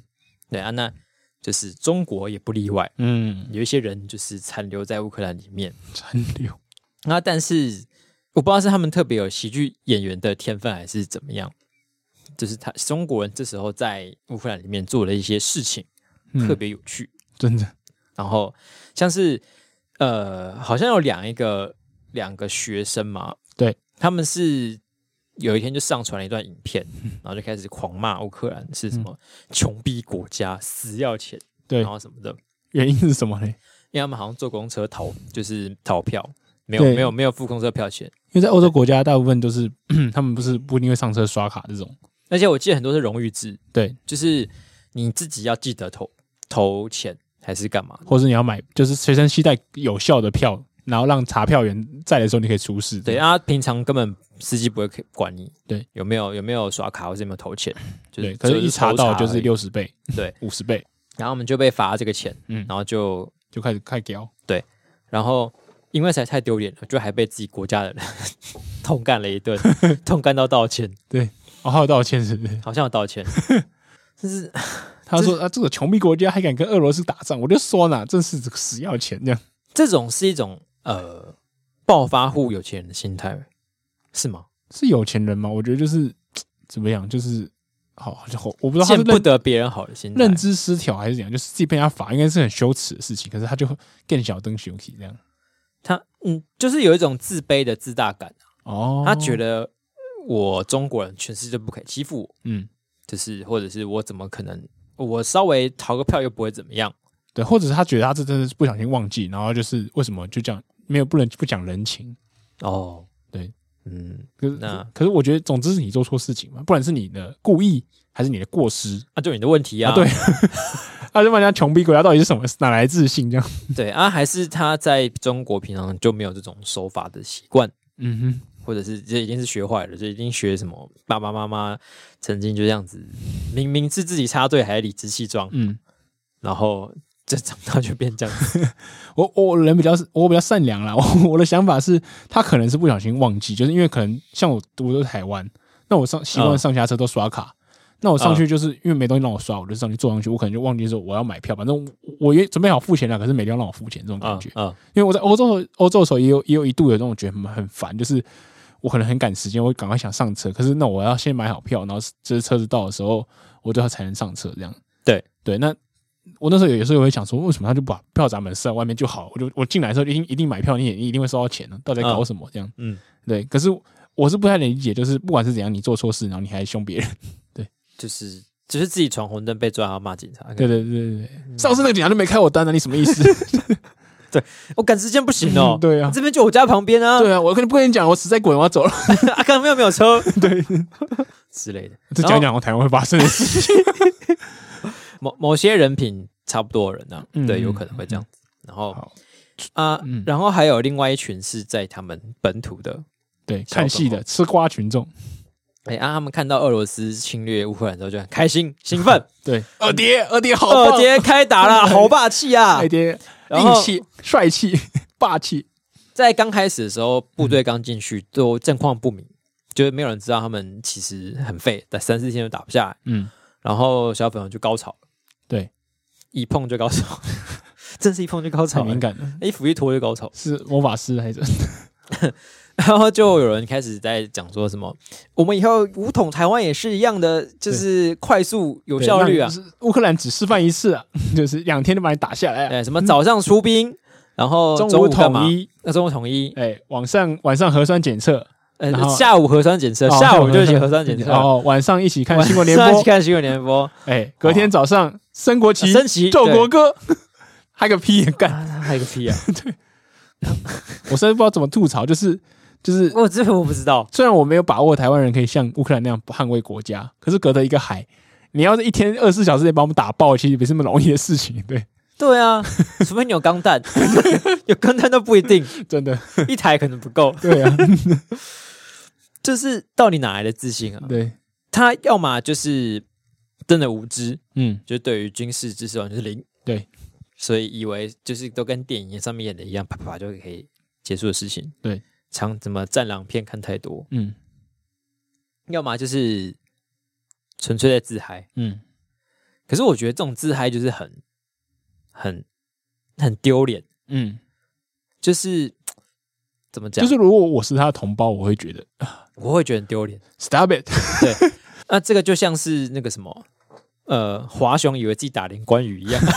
[SPEAKER 1] 对啊，那就是中国也不例外，
[SPEAKER 2] 嗯，
[SPEAKER 1] 有一些人就是残留在乌克兰里面。
[SPEAKER 2] 残留，
[SPEAKER 1] 那但是我不知道是他们特别有喜剧演员的天分，还是怎么样，就是他中国人这时候在乌克兰里面做了一些事情，
[SPEAKER 2] 嗯
[SPEAKER 1] 特别有趣。
[SPEAKER 2] 真的，
[SPEAKER 1] 然后像是呃，好像有两一个两个学生嘛，
[SPEAKER 2] 对，
[SPEAKER 1] 他们是有一天就上传了一段影 片，然后就开始狂骂乌克兰是什么
[SPEAKER 2] 嗯
[SPEAKER 1] 穷逼国家，死要钱，
[SPEAKER 2] 对
[SPEAKER 1] 然，后什么的，
[SPEAKER 2] 原因是什么呢？
[SPEAKER 1] 因为他们好像坐公车逃，就是逃票，没有
[SPEAKER 2] 对
[SPEAKER 1] 没有没有付公车票钱，
[SPEAKER 2] 因为在欧洲国家，大部分都是 他们不是不一定会上车刷卡这种，
[SPEAKER 1] 而且我记得很多是荣誉制，
[SPEAKER 2] 对，
[SPEAKER 1] 就是你自己要记得投投钱还是干嘛的，
[SPEAKER 2] 或者你要买就是随身携带有效的票，然后让查票员在的时候你可以出示。
[SPEAKER 1] 对，，啊，平常根本司机不会管你，
[SPEAKER 2] 嗯对，
[SPEAKER 1] 有没有有没有刷卡或者有没有投钱，就是
[SPEAKER 2] 对，可是一查到就
[SPEAKER 1] 偷而
[SPEAKER 2] 是
[SPEAKER 1] 已，
[SPEAKER 2] 六十倍，
[SPEAKER 1] 对，
[SPEAKER 2] 五十倍
[SPEAKER 1] 然后我们就被罚这个钱，
[SPEAKER 2] 嗯
[SPEAKER 1] 然后就
[SPEAKER 2] 就开始开屌。
[SPEAKER 1] 然后因为实在太丢脸了，就还被自己国家的人 痛干了一 顿，痛干到道歉，
[SPEAKER 2] 哦，还有道歉是不是？
[SPEAKER 1] 好像有道 歉，但是
[SPEAKER 2] 他说啊，这个穷逼国家还敢跟俄罗斯打仗，我就说呢，真是死要钱这样。
[SPEAKER 1] 这种是一种呃暴发户有钱人的心态，是吗？
[SPEAKER 2] 是有钱人吗？我觉得就是怎么样，就是好，就我不知道他是
[SPEAKER 1] 见不
[SPEAKER 2] 认
[SPEAKER 1] 得别人好的心态，
[SPEAKER 2] 认知失调还是怎样，就是自己被人家罚，应该是很羞耻的事情。可是他就更小灯羞气这样。
[SPEAKER 1] 他嗯，就是有一种自卑的自大感，啊
[SPEAKER 2] 哦，
[SPEAKER 1] 他觉
[SPEAKER 2] 得
[SPEAKER 1] 得我中国人全世界不可以欺负我，
[SPEAKER 2] 嗯，
[SPEAKER 1] 就是或者是我怎么可能，我稍微逃个票又不会怎么样，
[SPEAKER 2] 对，或者是他觉得他这真的是不小心忘记，然后就是为什么就这样没有不能不讲人情，
[SPEAKER 1] 哦，
[SPEAKER 2] 对，
[SPEAKER 1] 嗯，
[SPEAKER 2] 可是
[SPEAKER 1] 那
[SPEAKER 2] 可是我觉得，总之是你做错事情嘛，不管是你的故意还是你的过失
[SPEAKER 1] 那、就你的问题啊，
[SPEAKER 2] 啊，对，啊，就把人家穷逼鬼，他到底是什么，哪来自信这样？
[SPEAKER 1] 对啊，还是他在中国平常就没有这种守法的习惯，
[SPEAKER 2] 嗯哼，
[SPEAKER 1] 或者是这已经是学坏了，这已经学什么爸爸妈妈曾经就这样子，明明是自己插队还理直气壮，
[SPEAKER 2] 嗯，
[SPEAKER 1] 然后这长大就变这样子，
[SPEAKER 2] 我我人比较我比较善良啦， 我我的想法是，他可能是不小心忘记，就是因为可能像我我都是台湾，那我上习惯
[SPEAKER 1] 嗯
[SPEAKER 2] 上下车都刷卡，那我上去就是因为没东西让我刷，我就上去坐上去，我可能就忘记说我要买票，反正我我也准备好付钱了，可是没地方让我付钱这种感
[SPEAKER 1] 啊
[SPEAKER 2] 觉，
[SPEAKER 1] 啊
[SPEAKER 2] 因为我在欧洲的时候欧洲的时候也有也有一度有这种觉得很很烦，就是我可能很赶时间，我赶快想上车，可是那我要先买好票，然后这车子到的时候，我就要才能上车这样。
[SPEAKER 1] 对
[SPEAKER 2] 对，那我那时候有时候也会想说，为什么他就把票闸门设在啊外面就好？我就我进来的时候一定一定买票，你也你一定会收到钱啊的，到底在搞什么这样？
[SPEAKER 1] 嗯，
[SPEAKER 2] 对，可是我是不太能理解，就是不管是怎样，你做错事，然后你还凶别人。
[SPEAKER 1] 嗯就是只是自己闯红灯被抓，还要骂警察，
[SPEAKER 2] 对对对对对，
[SPEAKER 1] 嗯
[SPEAKER 2] 上次那个警察就没开我单呢、啊你什么意思？
[SPEAKER 1] 我赶时间不行哦，
[SPEAKER 2] 对啊
[SPEAKER 1] 这边就我家旁边啊，
[SPEAKER 2] 对啊，我跟你不跟你讲，我实在滚，我要走了。
[SPEAKER 1] 啊，刚刚又没有 车，对之类的，然
[SPEAKER 2] 这
[SPEAKER 1] 后
[SPEAKER 2] 讲一讲我台湾会发生的事。
[SPEAKER 1] 某某些人品差不多的人呢、
[SPEAKER 2] 嗯
[SPEAKER 1] 对，有可能会这样子。然后
[SPEAKER 2] 好
[SPEAKER 1] 啊，
[SPEAKER 2] 嗯
[SPEAKER 1] 然后还有另外一群是在他们本土的，
[SPEAKER 2] 对，
[SPEAKER 1] 小
[SPEAKER 2] 看戏的吃瓜群众，
[SPEAKER 1] 哎啊，他们看到俄罗斯侵略乌克兰之后就很开心兴奋，
[SPEAKER 2] 对，二爹，二爹 好棒，哎
[SPEAKER 1] 二爹开打 了，好霸气啊
[SPEAKER 2] 二！爹
[SPEAKER 1] 然后
[SPEAKER 2] 硬气、帅气、 霸气，
[SPEAKER 1] 在刚开始的时候，部队刚进去都战况不明，就是没有人知道他们其实很废，打三四天就打不下来，
[SPEAKER 2] 嗯，
[SPEAKER 1] 然后小粉红就高潮了，
[SPEAKER 2] 对，
[SPEAKER 1] 一碰就高潮， 真是一碰就高潮
[SPEAKER 2] 太
[SPEAKER 1] 了，
[SPEAKER 2] 敏感了，
[SPEAKER 1] 衣服一脱就高潮。
[SPEAKER 2] 是魔法师还是？
[SPEAKER 1] 然后就有人开始在讲说什么，我们以后武统台湾也是一样的，就是快速有效率啊
[SPEAKER 2] 对，让乌克兰只示范一次啊， 就是两天就把你打下来啊，
[SPEAKER 1] 哎，什么早上出兵，然后
[SPEAKER 2] 中
[SPEAKER 1] 中
[SPEAKER 2] 午
[SPEAKER 1] 干嘛
[SPEAKER 2] 统，一，
[SPEAKER 1] 那中午统一，
[SPEAKER 2] 哎，晚上晚上核酸检测，
[SPEAKER 1] 呃
[SPEAKER 2] 然，后
[SPEAKER 1] 下午核酸检测，
[SPEAKER 2] 哦
[SPEAKER 1] 下午就 写核酸检测，
[SPEAKER 2] 然后晚上一起哦看新闻 联
[SPEAKER 1] 晚上
[SPEAKER 2] 播
[SPEAKER 1] 去，看新闻联播，啊
[SPEAKER 2] 哎，隔天早上升国旗、
[SPEAKER 1] 升旗
[SPEAKER 2] 奏国
[SPEAKER 1] 对
[SPEAKER 2] 歌， 还个屁干！
[SPEAKER 1] 啊还有个屁啊！
[SPEAKER 2] 我实在不知道怎么吐槽，就是就是
[SPEAKER 1] 我这我不知道，
[SPEAKER 2] 虽然我没有把握台湾人可以像乌克兰那样捍卫国家，可是隔着一个海，你要是一天二十四小时内把我们打爆，其实也不是那么容易的事情。 对，
[SPEAKER 1] 对啊，除非你有钢弹， 有钢弹都不一 定，
[SPEAKER 2] 真的，
[SPEAKER 1] 一台可能不够，
[SPEAKER 2] 对啊，
[SPEAKER 1] 就是到底哪来的自信啊？
[SPEAKER 2] 对，
[SPEAKER 1] 他要么就是真的无知，
[SPEAKER 2] 嗯，
[SPEAKER 1] 就对于军事知识完全是零。
[SPEAKER 2] 对，
[SPEAKER 1] 所以以为就是都跟电影上面演的一样，啪啪啪就可以结束的事情。
[SPEAKER 2] 对，
[SPEAKER 1] 常怎么战狼片看太多，
[SPEAKER 2] 嗯
[SPEAKER 1] 要么就是纯粹在自嗨。
[SPEAKER 2] 嗯，
[SPEAKER 1] 可是我觉得这种自嗨就是很、很、很丢脸，
[SPEAKER 2] 嗯，
[SPEAKER 1] 就是怎么讲，
[SPEAKER 2] 就是如果我是他的同胞，我会觉得
[SPEAKER 1] 我会觉得很丢脸。
[SPEAKER 2] stop it，
[SPEAKER 1] 对，那这个就像是那个什么，呃，华雄以为自己打赢关羽一样。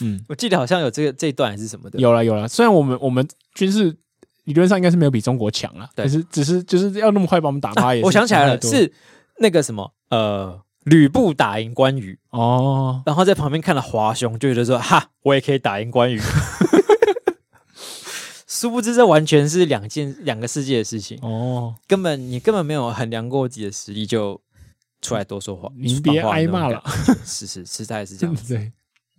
[SPEAKER 2] 嗯，
[SPEAKER 1] 我记得好像有这个这一段还是什么的。
[SPEAKER 2] 有了有了。虽然我们我们军事理论上应该是没有比中国强了，
[SPEAKER 1] 对
[SPEAKER 2] 可是只是就是要那么快把我们打
[SPEAKER 1] 啊
[SPEAKER 2] 趴也 是、
[SPEAKER 1] 我想起来
[SPEAKER 2] 差
[SPEAKER 1] 了，
[SPEAKER 2] 太多
[SPEAKER 1] 是那个什么，呃，吕布打赢关羽，
[SPEAKER 2] 哦，
[SPEAKER 1] 然后在旁边看了华雄，就觉得说哈，我也可以打赢关羽。 殊不知，这完全是两件两个世界的事情，
[SPEAKER 2] 哦，
[SPEAKER 1] 根本你根本没有衡量过自己的实力，就出来多说话，
[SPEAKER 2] 您别
[SPEAKER 1] 放话
[SPEAKER 2] 挨骂了。
[SPEAKER 1] 那，种感觉是是是，大概是这样子。
[SPEAKER 2] 对，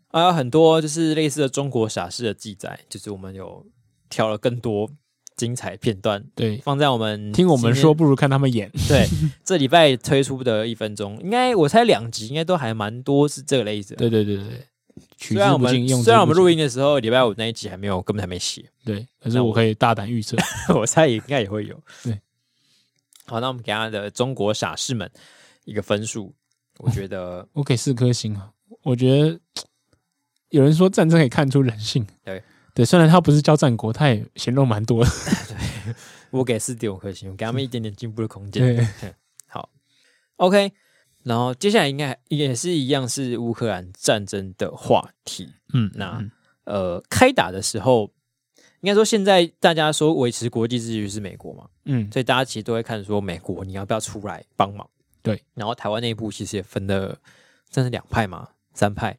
[SPEAKER 1] 还有很多就是类似的中国傻事的记载，就是我们有挑了更多精彩片段
[SPEAKER 2] 对，
[SPEAKER 1] 放在我们
[SPEAKER 2] 听我们
[SPEAKER 1] 嗯今天
[SPEAKER 2] 说不如看他们演，
[SPEAKER 1] 对，这礼拜推出的一分钟，应该我猜两集应该都还蛮多是这个类似的。
[SPEAKER 2] 对对对对对。取
[SPEAKER 1] 虽然
[SPEAKER 2] 之
[SPEAKER 1] 我
[SPEAKER 2] 不尽，
[SPEAKER 1] 们
[SPEAKER 2] 用之
[SPEAKER 1] 虽然我
[SPEAKER 2] 不
[SPEAKER 1] 们
[SPEAKER 2] 尽
[SPEAKER 1] 录音的时候，礼拜五那一集还没有，根本还没写，
[SPEAKER 2] 对，可是
[SPEAKER 1] 那
[SPEAKER 2] 我
[SPEAKER 1] 我
[SPEAKER 2] 可以大胆预测，
[SPEAKER 1] 我猜也应该也会有。
[SPEAKER 2] 对，
[SPEAKER 1] 好，那我们给他的中国傻事们一个分数，我觉 得
[SPEAKER 2] 我给四颗星啊。我觉得有人说战争可以看出人性，
[SPEAKER 1] 对
[SPEAKER 2] 对，虽然他不是教战国，他也显露蛮多的。
[SPEAKER 1] 我给四点五颗星，我给他们一点点进步的空间。
[SPEAKER 2] 对，
[SPEAKER 1] OK，然后接下来应该也是一样是乌克兰战争的话题。
[SPEAKER 2] 嗯，
[SPEAKER 1] 那
[SPEAKER 2] 嗯
[SPEAKER 1] 呃，开打的时候，应该说现在大家说维持国际秩序是美国嘛？
[SPEAKER 2] 嗯
[SPEAKER 1] 所以大家其实都会看说美国你要不要出来帮忙？
[SPEAKER 2] 对，
[SPEAKER 1] 然后台湾内部其实也分了，真是两派嘛，三派，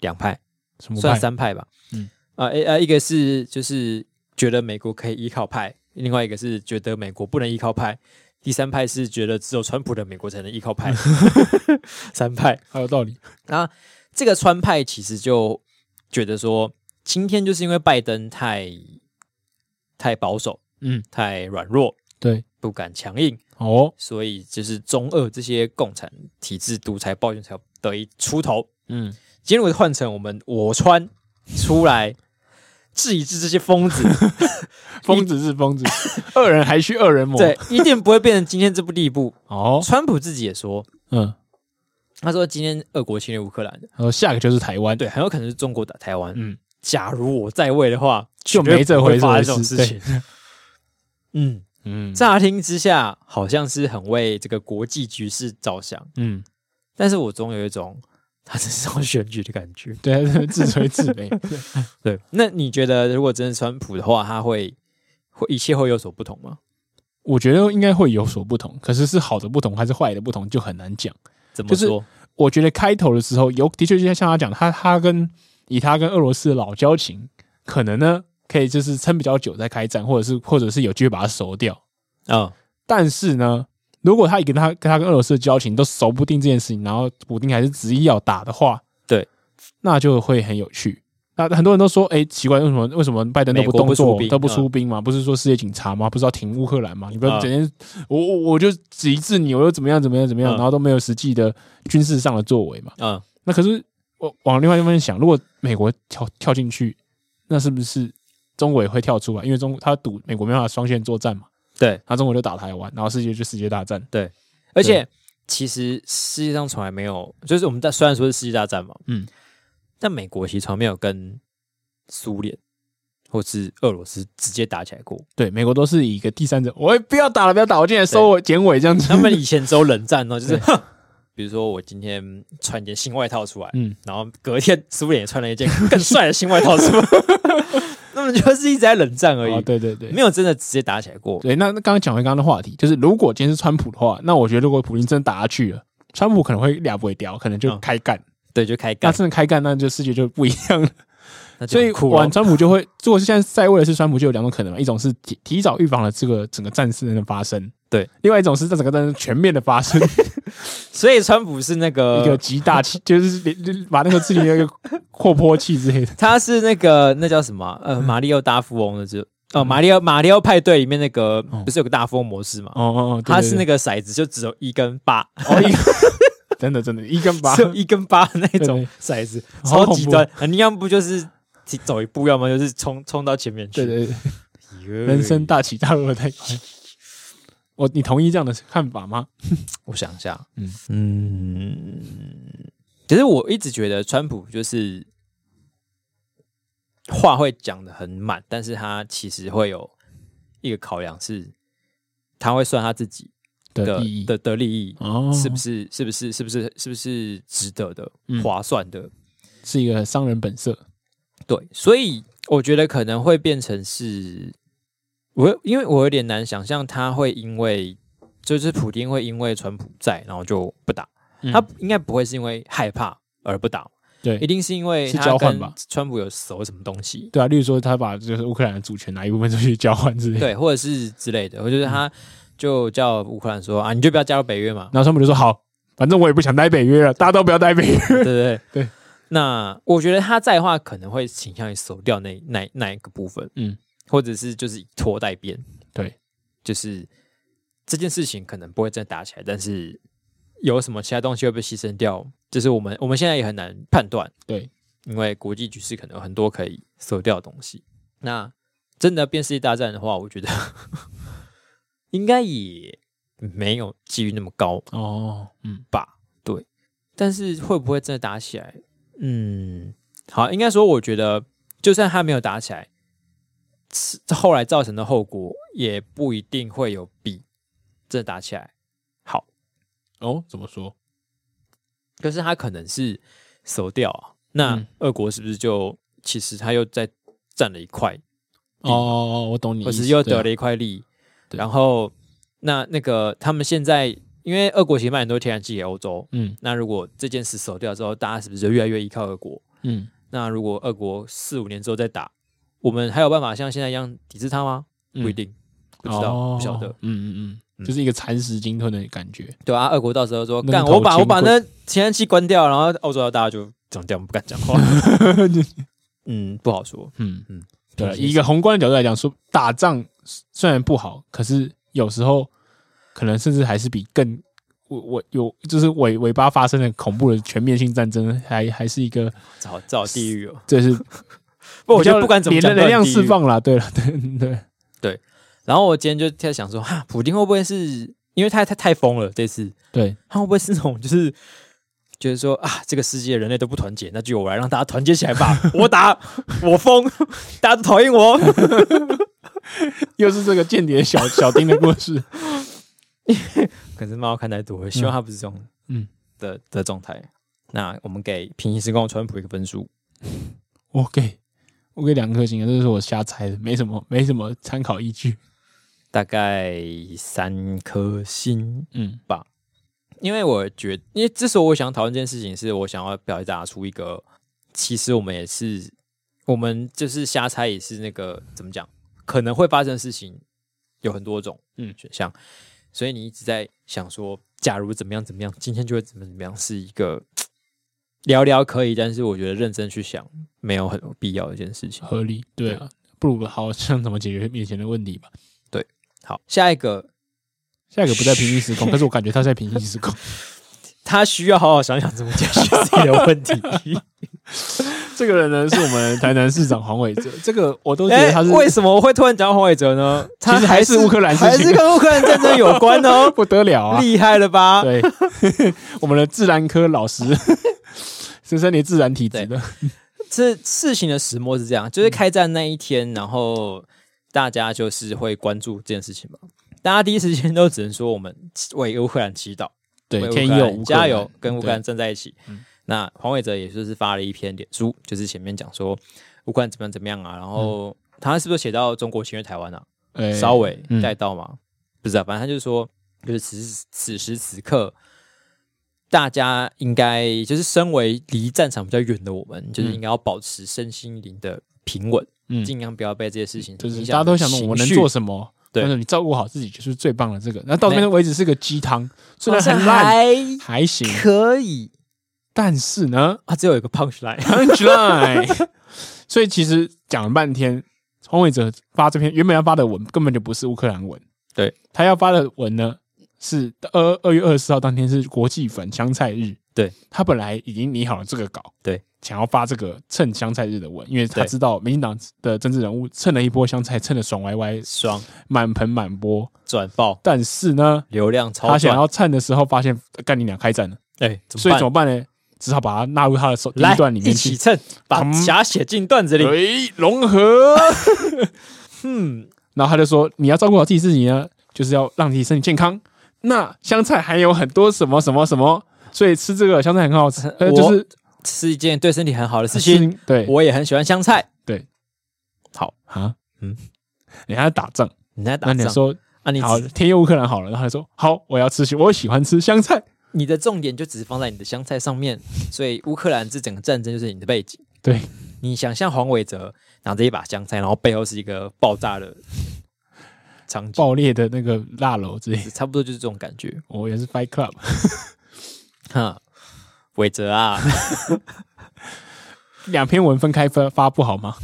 [SPEAKER 1] 两派
[SPEAKER 2] 什么
[SPEAKER 1] 算
[SPEAKER 2] 派？
[SPEAKER 1] 三派吧。啊
[SPEAKER 2] 嗯，
[SPEAKER 1] 啊、呃，一呃，一个是就是觉得美国可以依靠派，另外一个是觉得美国不能依靠派，第三派是觉得只有川普的美国才能依靠派， 三派。
[SPEAKER 2] 还有道理。
[SPEAKER 1] 那这个川派其实就觉得说，今天就是因为拜登太太保守、
[SPEAKER 2] 嗯，
[SPEAKER 1] 太软弱，
[SPEAKER 2] 对，
[SPEAKER 1] 不敢强硬，
[SPEAKER 2] 哦，
[SPEAKER 1] 所以就是中俄这些共产体制独裁暴君才得以出头。
[SPEAKER 2] 嗯，
[SPEAKER 1] 今天如果换成我们我川出来治一治这些疯子，
[SPEAKER 2] 疯子是 疯子，恶人还需恶人磨。
[SPEAKER 1] 对，，一定不会变成今天这步地步。
[SPEAKER 2] 哦，
[SPEAKER 1] 川普自己也说，
[SPEAKER 2] 嗯，
[SPEAKER 1] 他说今天俄国侵略乌克兰，
[SPEAKER 2] 他说下个就是台湾，
[SPEAKER 1] 对，，很有可能是中国打台湾。
[SPEAKER 2] 嗯，
[SPEAKER 1] 假如我在位的话，
[SPEAKER 2] 就没这
[SPEAKER 1] 绝对
[SPEAKER 2] 回事
[SPEAKER 1] 不会发生这种事情。 嗯，
[SPEAKER 2] 嗯，
[SPEAKER 1] 乍听之下好像是很为这个国际局势着想，
[SPEAKER 2] 嗯，
[SPEAKER 1] 但是我总有一种他只是要选举的感觉。
[SPEAKER 2] 对，他在自吹自擂。
[SPEAKER 1] 对，那你觉得如果真的川普的话，他会会一切会有所不同吗？
[SPEAKER 2] 我觉得应该会有所不同，可是是好的不同还是坏的不同就很难讲。
[SPEAKER 1] 怎么
[SPEAKER 2] 就是
[SPEAKER 1] 说？
[SPEAKER 2] 我觉得开头的时候有，的确就像像他讲，他他跟以他跟俄罗斯的老交情，可能呢可以就是撑比较久再开战，或者是或者是有机会把它熟掉。
[SPEAKER 1] 嗯，
[SPEAKER 2] 但是呢，如果他跟他跟他跟俄罗斯的交情都熟不定这件事情，然后普丁还是执意要打的话，
[SPEAKER 1] 对，
[SPEAKER 2] 那就会很有趣。那很多人都说，哎、奇怪，为什么为什么拜登都
[SPEAKER 1] 美
[SPEAKER 2] 不
[SPEAKER 1] 国
[SPEAKER 2] 动
[SPEAKER 1] 不出
[SPEAKER 2] 作，
[SPEAKER 1] 兵
[SPEAKER 2] 都不出兵嘛？不是说世界警察吗？不是要停乌克兰吗？你不要
[SPEAKER 1] 嗯
[SPEAKER 2] 整天，我我我就抵制你，我又怎么样怎么样怎么样，
[SPEAKER 1] 嗯
[SPEAKER 2] 然后都没有实际的军事上的作为嘛？
[SPEAKER 1] 嗯，
[SPEAKER 2] 那可是我往另外一方面想，如果美国跳跳进去，那是不是中国也会跳出来？因为中他赌美国没办法双线作战嘛，
[SPEAKER 1] 对。
[SPEAKER 2] 那中国就打台湾，然后世界就世界大战。
[SPEAKER 1] 而且其实世界上从来没有，就是我们在虽然说是世界大战嘛，
[SPEAKER 2] 嗯，
[SPEAKER 1] 但美国其实从来没有跟苏联或是俄罗斯直接打起来过。
[SPEAKER 2] 对，美国都是以一个第三者，我不要打了，不要打，我进来收尾剪尾这样子。
[SPEAKER 1] 他们以前只有冷战哦，就是哼比如说我今天穿一件新外套出来，
[SPEAKER 2] 嗯，
[SPEAKER 1] 然后隔天苏联也穿了一件更帅的新外套出来， 那么就是一直在冷战而
[SPEAKER 2] 哦，
[SPEAKER 1] 已，
[SPEAKER 2] 对对对
[SPEAKER 1] 没。有真的直接打起来过。
[SPEAKER 2] 对，那那刚刚讲回刚刚的话题，就是如果今天是川普的话，那我觉得如果普京真的打下去了，川普可能会俩不会掉，可能就
[SPEAKER 1] 嗯
[SPEAKER 2] 开干。
[SPEAKER 1] 对，就开
[SPEAKER 2] 那
[SPEAKER 1] 干，
[SPEAKER 2] 真的开干，那就世界就不一样了。
[SPEAKER 1] 那就
[SPEAKER 2] 所以
[SPEAKER 1] 很酷
[SPEAKER 2] 玩
[SPEAKER 1] 了。
[SPEAKER 2] 川普就会，如果是现在在位的是川普，就有两种可能嘛，一种是提提早预防了这个整个战事的发生，
[SPEAKER 1] 对；
[SPEAKER 2] 另外一种是在整个战争全面的发 生，
[SPEAKER 1] 所以川普是那
[SPEAKER 2] 一个
[SPEAKER 1] 个，
[SPEAKER 2] 极大气， 就是连就是把那个事情那个扩坡器之类的。
[SPEAKER 1] 他是那个那叫什么啊？呃，马里奥大富翁的这哦，马里奥马里奥派对里面那个
[SPEAKER 2] 嗯哦
[SPEAKER 1] 不是有个大富翁模式吗？
[SPEAKER 2] 哦哦哦，
[SPEAKER 1] 他是那
[SPEAKER 2] 个
[SPEAKER 1] 个骰子就只有一跟八，
[SPEAKER 2] 哦一个， 真的真的，一 根拔
[SPEAKER 1] 只。有一跟八那种
[SPEAKER 2] 对
[SPEAKER 1] 骰子，
[SPEAKER 2] 好
[SPEAKER 1] 超
[SPEAKER 2] 恐怖
[SPEAKER 1] 极端。啊你要不就是提走一步，要么就是冲冲到前面去。
[SPEAKER 2] 对对对，
[SPEAKER 1] 哟
[SPEAKER 2] 人生，大起大落的太快。 我你同意这样的看法吗？
[SPEAKER 1] 我想一下，嗯
[SPEAKER 2] 嗯
[SPEAKER 1] 嗯，其实我一直觉得川普就是话会讲的很满，但是他其实会有一个考量是，他会算他自己的
[SPEAKER 2] 的意义
[SPEAKER 1] 的的利益。
[SPEAKER 2] 哦，
[SPEAKER 1] 是不是是不是是不是是不是值得的、
[SPEAKER 2] 嗯
[SPEAKER 1] 划算的？
[SPEAKER 2] 是一个商人本色？
[SPEAKER 1] 对，所以我觉得可能会变成是，我因为我有点难想象他会因为就是普丁会因为川普在，然后就不打。
[SPEAKER 2] 嗯
[SPEAKER 1] 他应该不会是因为害怕而不打，一
[SPEAKER 2] 对
[SPEAKER 1] 定是因为
[SPEAKER 2] 是
[SPEAKER 1] 他
[SPEAKER 2] 交换
[SPEAKER 1] 跟
[SPEAKER 2] 吧
[SPEAKER 1] 川普有熟什么东西，
[SPEAKER 2] 对啊，例如说他把就是乌克兰的主权拿一部分出去交换之类的。
[SPEAKER 1] 对，或者是之类的，或者是
[SPEAKER 2] 嗯
[SPEAKER 1] 他就叫乌克兰说啊，你就不要加入北约嘛，
[SPEAKER 2] 然后川普就说：“好，反正我也不想待北约了，大家都不要待北约。
[SPEAKER 1] 对不对？
[SPEAKER 2] 对。
[SPEAKER 1] 那我觉得他在的话，可能会倾向于熟掉那那那一个部分，
[SPEAKER 2] 嗯，
[SPEAKER 1] 或者是就是以拖代变，
[SPEAKER 2] 对，
[SPEAKER 1] 就是这件事情可能不会真的打起来，但是有什么其他东西会被牺牲掉，就是我们我们现在也很难判断，
[SPEAKER 2] 对，
[SPEAKER 1] 因为国际局势可能有很多可以收掉的东西。那真的变世界大战的话，我觉得 应该也没有几率那么高”
[SPEAKER 2] 哦，嗯，
[SPEAKER 1] 吧？对，但是会不会真的打起来？嗯，好，应该说，我觉得就算他没有打起来，是后来造成的后果也不一定会有比真的打起来好。
[SPEAKER 2] 哦，怎么说？
[SPEAKER 1] 可是他可能是熟掉啊，那
[SPEAKER 2] 嗯
[SPEAKER 1] 俄国是不是就其实他又在占了一块
[SPEAKER 2] 哦，我懂你意
[SPEAKER 1] 或
[SPEAKER 2] 思，
[SPEAKER 1] 是又得
[SPEAKER 2] 对
[SPEAKER 1] 了
[SPEAKER 2] 啊
[SPEAKER 1] 一块利。
[SPEAKER 2] 对
[SPEAKER 1] 然后那那个他们现在，因为俄国其实卖很多天然气给欧洲，
[SPEAKER 2] 嗯
[SPEAKER 1] 那如果这件事守掉之后，大家是不是就越来越依靠俄国？
[SPEAKER 2] 嗯
[SPEAKER 1] 那如果俄国四五年之后再打，我们还有办法像现在一样抵制他吗？不一定。不知道，
[SPEAKER 2] 嗯哦
[SPEAKER 1] 不晓得。，
[SPEAKER 2] 嗯嗯嗯，
[SPEAKER 1] 嗯
[SPEAKER 2] 就是一个蚕食鲸吞的感觉。
[SPEAKER 1] 对啊，俄国到时候说
[SPEAKER 2] 那个
[SPEAKER 1] 干，
[SPEAKER 2] 头
[SPEAKER 1] 我把
[SPEAKER 2] 前
[SPEAKER 1] 我把
[SPEAKER 2] 棍
[SPEAKER 1] 那天然气关掉，然后澳洲大家就讲这样不敢讲 话。嗯，不好说。
[SPEAKER 2] 嗯嗯
[SPEAKER 1] 嗯，
[SPEAKER 2] 对啊，
[SPEAKER 1] 东西
[SPEAKER 2] 以一个宏观的角度来讲，说打仗虽然不好，可是有时候可能甚至还是比更我我有就是尾尾巴发生的恐怖的全面性战争，还还是一个
[SPEAKER 1] 找找地狱哦。
[SPEAKER 2] 这是
[SPEAKER 1] 不，我觉得不管怎么
[SPEAKER 2] 连
[SPEAKER 1] 讲，
[SPEAKER 2] 能量释
[SPEAKER 1] 放。
[SPEAKER 2] 放啦。对了，对 对，
[SPEAKER 1] 然后我今天就在想说， 哈，普丁会不会是因为他他太疯了这次，
[SPEAKER 2] 对，
[SPEAKER 1] 他会不会是那种就是觉得说啊，这个世界人类都不团结，那就由我来让大家团结起来 吧，我打我疯， 大家都讨厌我，
[SPEAKER 2] 又是这个间谍小小丁的故事。
[SPEAKER 1] 可是漫画看太多了，希望他不是这种
[SPEAKER 2] 嗯
[SPEAKER 1] 嗯的的状态。那我们给平行时空的川普一个分数，
[SPEAKER 2] 我给我给两颗星，啊这是我瞎猜的，没什么没什么参考依据。
[SPEAKER 1] 大概三颗星。
[SPEAKER 2] 嗯
[SPEAKER 1] 因为我觉得，因为之所以我想讨论这件事情，是我想要表达出一个，其实我们也是，我们就是瞎猜，也是那个怎么讲，可能会发生的事情有很多种
[SPEAKER 2] 嗯
[SPEAKER 1] 选项，所以你一直在想说，假如怎么样怎么样，今天就会怎么怎么样，是一个聊聊可以，但是我觉得认真去想没有很有必要的一件事情。
[SPEAKER 2] 合理，对啊，不如好好想怎么解决面前的问题吧。
[SPEAKER 1] 好，下一个
[SPEAKER 2] 下一个不在平行时 空，但是我感觉他在平行时空。
[SPEAKER 1] 他需要好好想想怎么解决自己的问题。
[SPEAKER 2] 这个人呢，是我们台南市长黄伟哲。这个我都觉
[SPEAKER 1] 哎，
[SPEAKER 2] 得他是，
[SPEAKER 1] 为什么我会突然讲到黄伟哲呢？他
[SPEAKER 2] 其实还是乌克兰事情，
[SPEAKER 1] 还是跟乌克兰战争有关哦
[SPEAKER 2] 不得了啊！
[SPEAKER 1] 厉害了吧？
[SPEAKER 2] 对， 我们的自然科老师， 深深你自然体质的，
[SPEAKER 1] 这事情的始末是这样，
[SPEAKER 2] 嗯
[SPEAKER 1] 就是开战那一天，然后大家就是会关注这件事情嘛。大家第一时间都只能说我们为乌克兰祈祷，
[SPEAKER 2] 对
[SPEAKER 1] 为，乌克
[SPEAKER 2] 天
[SPEAKER 1] 兰
[SPEAKER 2] 佑乌克兰
[SPEAKER 1] 加油，跟乌克兰
[SPEAKER 2] 对
[SPEAKER 1] 站在一起
[SPEAKER 2] 嗯。
[SPEAKER 1] 那黄伟哲也就是发了一篇脸书，就是前面讲说乌克兰怎么样怎么样啊，然
[SPEAKER 2] 嗯
[SPEAKER 1] 后他是不是写到中国侵略台湾啊？
[SPEAKER 2] 哎
[SPEAKER 1] 稍微
[SPEAKER 2] 嗯
[SPEAKER 1] 带到吗？不知道，反正他就说，就是此时此时此刻，大家应该就是身为离战场比较远的我们，就是应该要保持身心灵的平稳，
[SPEAKER 2] 嗯，
[SPEAKER 1] 尽量不要被这些事情
[SPEAKER 2] 就是
[SPEAKER 1] 影
[SPEAKER 2] 大
[SPEAKER 1] 响
[SPEAKER 2] 家都想说
[SPEAKER 1] 情
[SPEAKER 2] 我能
[SPEAKER 1] 绪
[SPEAKER 2] 做什么，
[SPEAKER 1] 对
[SPEAKER 2] 但是你照顾好自己就是最棒的这个。那到这边为止是个鸡汤，虽然
[SPEAKER 1] 好像
[SPEAKER 2] 很烂，
[SPEAKER 1] 还
[SPEAKER 2] 还行，
[SPEAKER 1] 可以
[SPEAKER 2] 但是呢
[SPEAKER 1] 啊，只有一个 punch line，
[SPEAKER 2] ，punchline。所以其实讲了半天，黄伟哲发这篇原本要发的文根本就不是乌克兰文，
[SPEAKER 1] 对
[SPEAKER 2] 他要发的文呢是二二月二十四号当天是国际反香菜日，
[SPEAKER 1] 对
[SPEAKER 2] 他本来已经拟好了这个稿，
[SPEAKER 1] 对，
[SPEAKER 2] 想要发这个趁香菜日的文，因为他
[SPEAKER 1] 对
[SPEAKER 2] 知道民进党的政治人物蹭了一波香菜，蹭的 爽歪歪，
[SPEAKER 1] 爽
[SPEAKER 2] 满盆满钵。
[SPEAKER 1] 转爆
[SPEAKER 2] 但是呢，
[SPEAKER 1] 流量超
[SPEAKER 2] 他想
[SPEAKER 1] 赚，
[SPEAKER 2] 要蹭的时候，发现呃干你俩开战了，
[SPEAKER 1] 哎、怎
[SPEAKER 2] 所以
[SPEAKER 1] 么
[SPEAKER 2] 怎么
[SPEAKER 1] 办？
[SPEAKER 2] 办呢？只好把它纳入他的手第
[SPEAKER 1] 来
[SPEAKER 2] 一段里
[SPEAKER 1] 一
[SPEAKER 2] 面
[SPEAKER 1] 起
[SPEAKER 2] 去。
[SPEAKER 1] 蹭，把
[SPEAKER 2] 嗯
[SPEAKER 1] 侠写进段子里。
[SPEAKER 2] 哎，融合。
[SPEAKER 1] 嗯，
[SPEAKER 2] 然后他就说，你要照顾好自己自己呢，啊就是要让自己身体健康。那香菜还有很多什么什么什么，所以吃这个香菜很好吃，呃，
[SPEAKER 1] 我
[SPEAKER 2] 就是
[SPEAKER 1] 是一件对身体很好
[SPEAKER 2] 啊
[SPEAKER 1] 的事情。
[SPEAKER 2] 对
[SPEAKER 1] 我也很喜欢香菜。
[SPEAKER 2] 啊，嗯
[SPEAKER 1] 嗯，
[SPEAKER 2] 你还要打仗，
[SPEAKER 1] 你在
[SPEAKER 2] 那
[SPEAKER 1] 打
[SPEAKER 2] 你
[SPEAKER 1] 仗
[SPEAKER 2] 说
[SPEAKER 1] 啊？你
[SPEAKER 2] 好，天佑乌克兰好了，然后他说好，我要吃香，我喜欢吃香菜，
[SPEAKER 1] 你的重点就只是放在你的香菜上面， 所以乌克兰这整个战争就是你的背景。
[SPEAKER 2] 对，
[SPEAKER 1] 你想象黄伟哲拿着一把香菜，然后背后是一个爆炸的场景，
[SPEAKER 2] 爆裂的那个腊肉之类的，
[SPEAKER 1] 差不多就是这种感觉。
[SPEAKER 2] 我也是 Fight Club。
[SPEAKER 1] 哈，伟哲啊，
[SPEAKER 2] 两篇文分开发发不好 吗？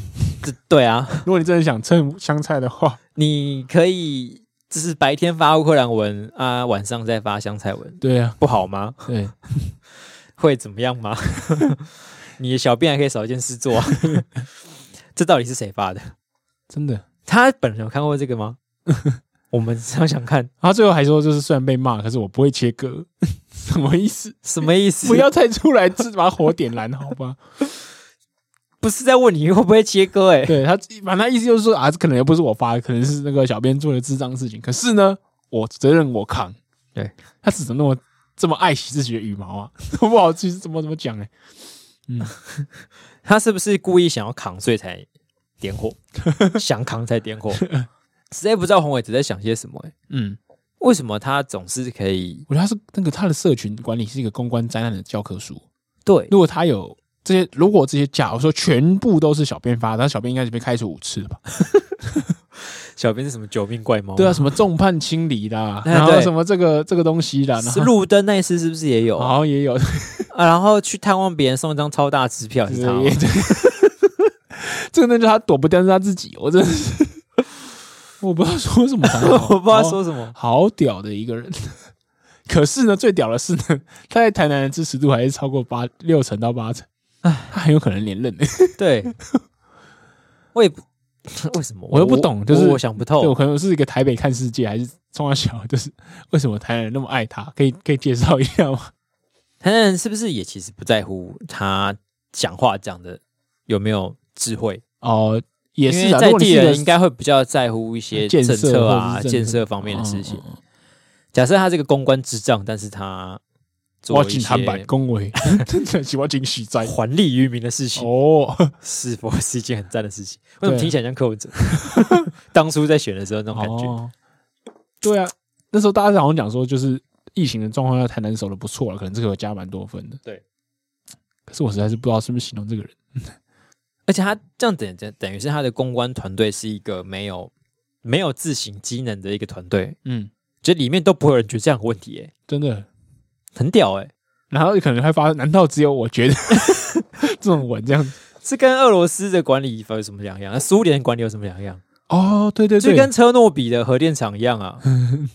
[SPEAKER 1] 这对啊，
[SPEAKER 2] 如果你真的想蹭香菜的话，
[SPEAKER 1] 你可以就是白天发乌克兰文啊，晚上再发香菜文，
[SPEAKER 2] 对啊，
[SPEAKER 1] 不好吗？
[SPEAKER 2] 对，
[SPEAKER 1] 会怎么样吗？ 你的小便还可以少一件事做、啊， 这到底是谁发的？
[SPEAKER 2] 真的。
[SPEAKER 1] 他本人有看过这个 吗？我们想想看，
[SPEAKER 2] 他最后还说，就是虽然被骂，可是我不会切 割，什么意思？
[SPEAKER 1] 什么意思？
[SPEAKER 2] 不要再出来自把火点燃，好 吧？
[SPEAKER 1] 不是在问你会不会切割、 欸？哎，
[SPEAKER 2] 对他，反正他意思就是说啊，这可能又不是我发的，可能是那个小编做的智障事情。可是呢，我责任我扛。
[SPEAKER 1] 对
[SPEAKER 2] 他只能那么这么爱惜自己的羽毛啊， 我不好去怎么怎么讲哎、
[SPEAKER 1] 他是不是故意想要扛，所以才点 火？想扛才点火？实在不知道洪伟哲在想些什么、欸。
[SPEAKER 2] 嗯，
[SPEAKER 1] 为什么他总是可以
[SPEAKER 2] 我觉得他是那个他的社群管理是一个公关灾难的教科书。
[SPEAKER 1] 对
[SPEAKER 2] 如果他有这些，如果这些假如说全部都是小编发的，那小编应该是被开除五次了吧？
[SPEAKER 1] 小编是什么九命怪猫？
[SPEAKER 2] 对啊，，什么众叛亲离啦，
[SPEAKER 1] 哦哎
[SPEAKER 2] 然后
[SPEAKER 1] 对
[SPEAKER 2] 什么这个这个东西啊啦，然
[SPEAKER 1] 是
[SPEAKER 2] 后
[SPEAKER 1] 路灯那一次是不是也有？
[SPEAKER 2] 好像也有，
[SPEAKER 1] 啊，然后去探望别人送一张超大支票也是他吗
[SPEAKER 2] 对，对 这个那就是他躲不掉，是他自己。哦我真的是，我不知道说什么才 好，哦
[SPEAKER 1] 我不知道说什么。
[SPEAKER 2] 好，好屌的一个人。可是呢，最屌的是呢，他在台南的支持度还是超过八六成到八成，他很有可能连任的。
[SPEAKER 1] 对，我也不 为什么，
[SPEAKER 2] 我又不懂
[SPEAKER 1] 我
[SPEAKER 2] 就是
[SPEAKER 1] 我想不
[SPEAKER 2] 对我
[SPEAKER 1] 透。
[SPEAKER 2] 可能是一个台北看世界，还是从小小就是为什么台南人那么爱他？可以可以介绍一下吗？
[SPEAKER 1] 台南人是不是也其实不在乎他讲话讲的有没有智慧？
[SPEAKER 2] 哦，也
[SPEAKER 1] 因为
[SPEAKER 2] 是啊，
[SPEAKER 1] 在
[SPEAKER 2] 如果你
[SPEAKER 1] 地
[SPEAKER 2] 是一个
[SPEAKER 1] 人应该会比较在乎一些
[SPEAKER 2] 建
[SPEAKER 1] 政
[SPEAKER 2] 设
[SPEAKER 1] 策
[SPEAKER 2] 或
[SPEAKER 1] 啊、
[SPEAKER 2] 者是
[SPEAKER 1] 建
[SPEAKER 2] 政策
[SPEAKER 1] 设方面的事情
[SPEAKER 2] 嗯。嗯嗯
[SPEAKER 1] 假设他是个公关智障，但是他做
[SPEAKER 2] 我
[SPEAKER 1] 一
[SPEAKER 2] 进坦白
[SPEAKER 1] 些
[SPEAKER 2] 恭 维，真的喜欢进喜灾
[SPEAKER 1] 还利于民的事情，
[SPEAKER 2] 哦。
[SPEAKER 1] 是否是一件很赞的事情？为什么
[SPEAKER 2] 对啊
[SPEAKER 1] 听起来像柯文哲？ 当初在选的时候那种感觉，
[SPEAKER 2] 哦。对啊，那时候大家好像讲说，就是疫情的状况下，台南守的不错啊了，可能这个有加蛮多分的。
[SPEAKER 1] 对，
[SPEAKER 2] 可是我实在是不知道是不是形容这个人。
[SPEAKER 1] 而且他这样等等等于是他的公关团队是一个没有没有自省机能的一个团队，
[SPEAKER 2] 嗯，
[SPEAKER 1] 就里面都不会有人觉得这样有问题、欸，
[SPEAKER 2] 真的。
[SPEAKER 1] 很屌哎、
[SPEAKER 2] 然后可能还发，难道只有我觉得 这种文这样？
[SPEAKER 1] 这跟俄罗斯的管理有什么两样？那苏联管理有什么两样？
[SPEAKER 2] 哦，对对
[SPEAKER 1] 就
[SPEAKER 2] 对，
[SPEAKER 1] 跟车诺比的核电厂一样啊，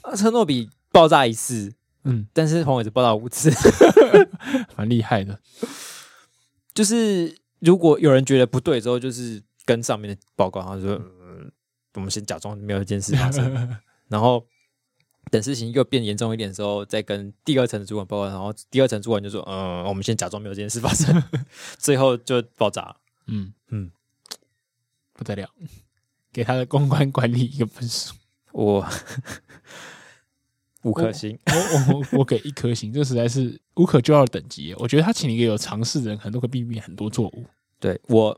[SPEAKER 1] 啊车诺比爆炸一次，
[SPEAKER 2] 嗯，
[SPEAKER 1] 但是黄伟哲爆炸五次。
[SPEAKER 2] 蛮厉害的。
[SPEAKER 1] 就是如果有人觉得不对之后，就是跟上面的报告，然后说、嗯我们先假装没有这件事发 生，然后等事情又变严重一点的时候，再跟第二层的主管报告，然后第二层主管就说，嗯，我们先假装没有这件事发生，最后就爆炸。
[SPEAKER 2] 嗯嗯
[SPEAKER 1] 嗯，
[SPEAKER 2] 不得了，给他的公关管理一个分数。
[SPEAKER 1] 我 五颗星，
[SPEAKER 2] 我我我给一颗星，这实在是无可救药的等级耶。我觉得他请一个有尝试的人，可能都可以避免很多错误。
[SPEAKER 1] 对我。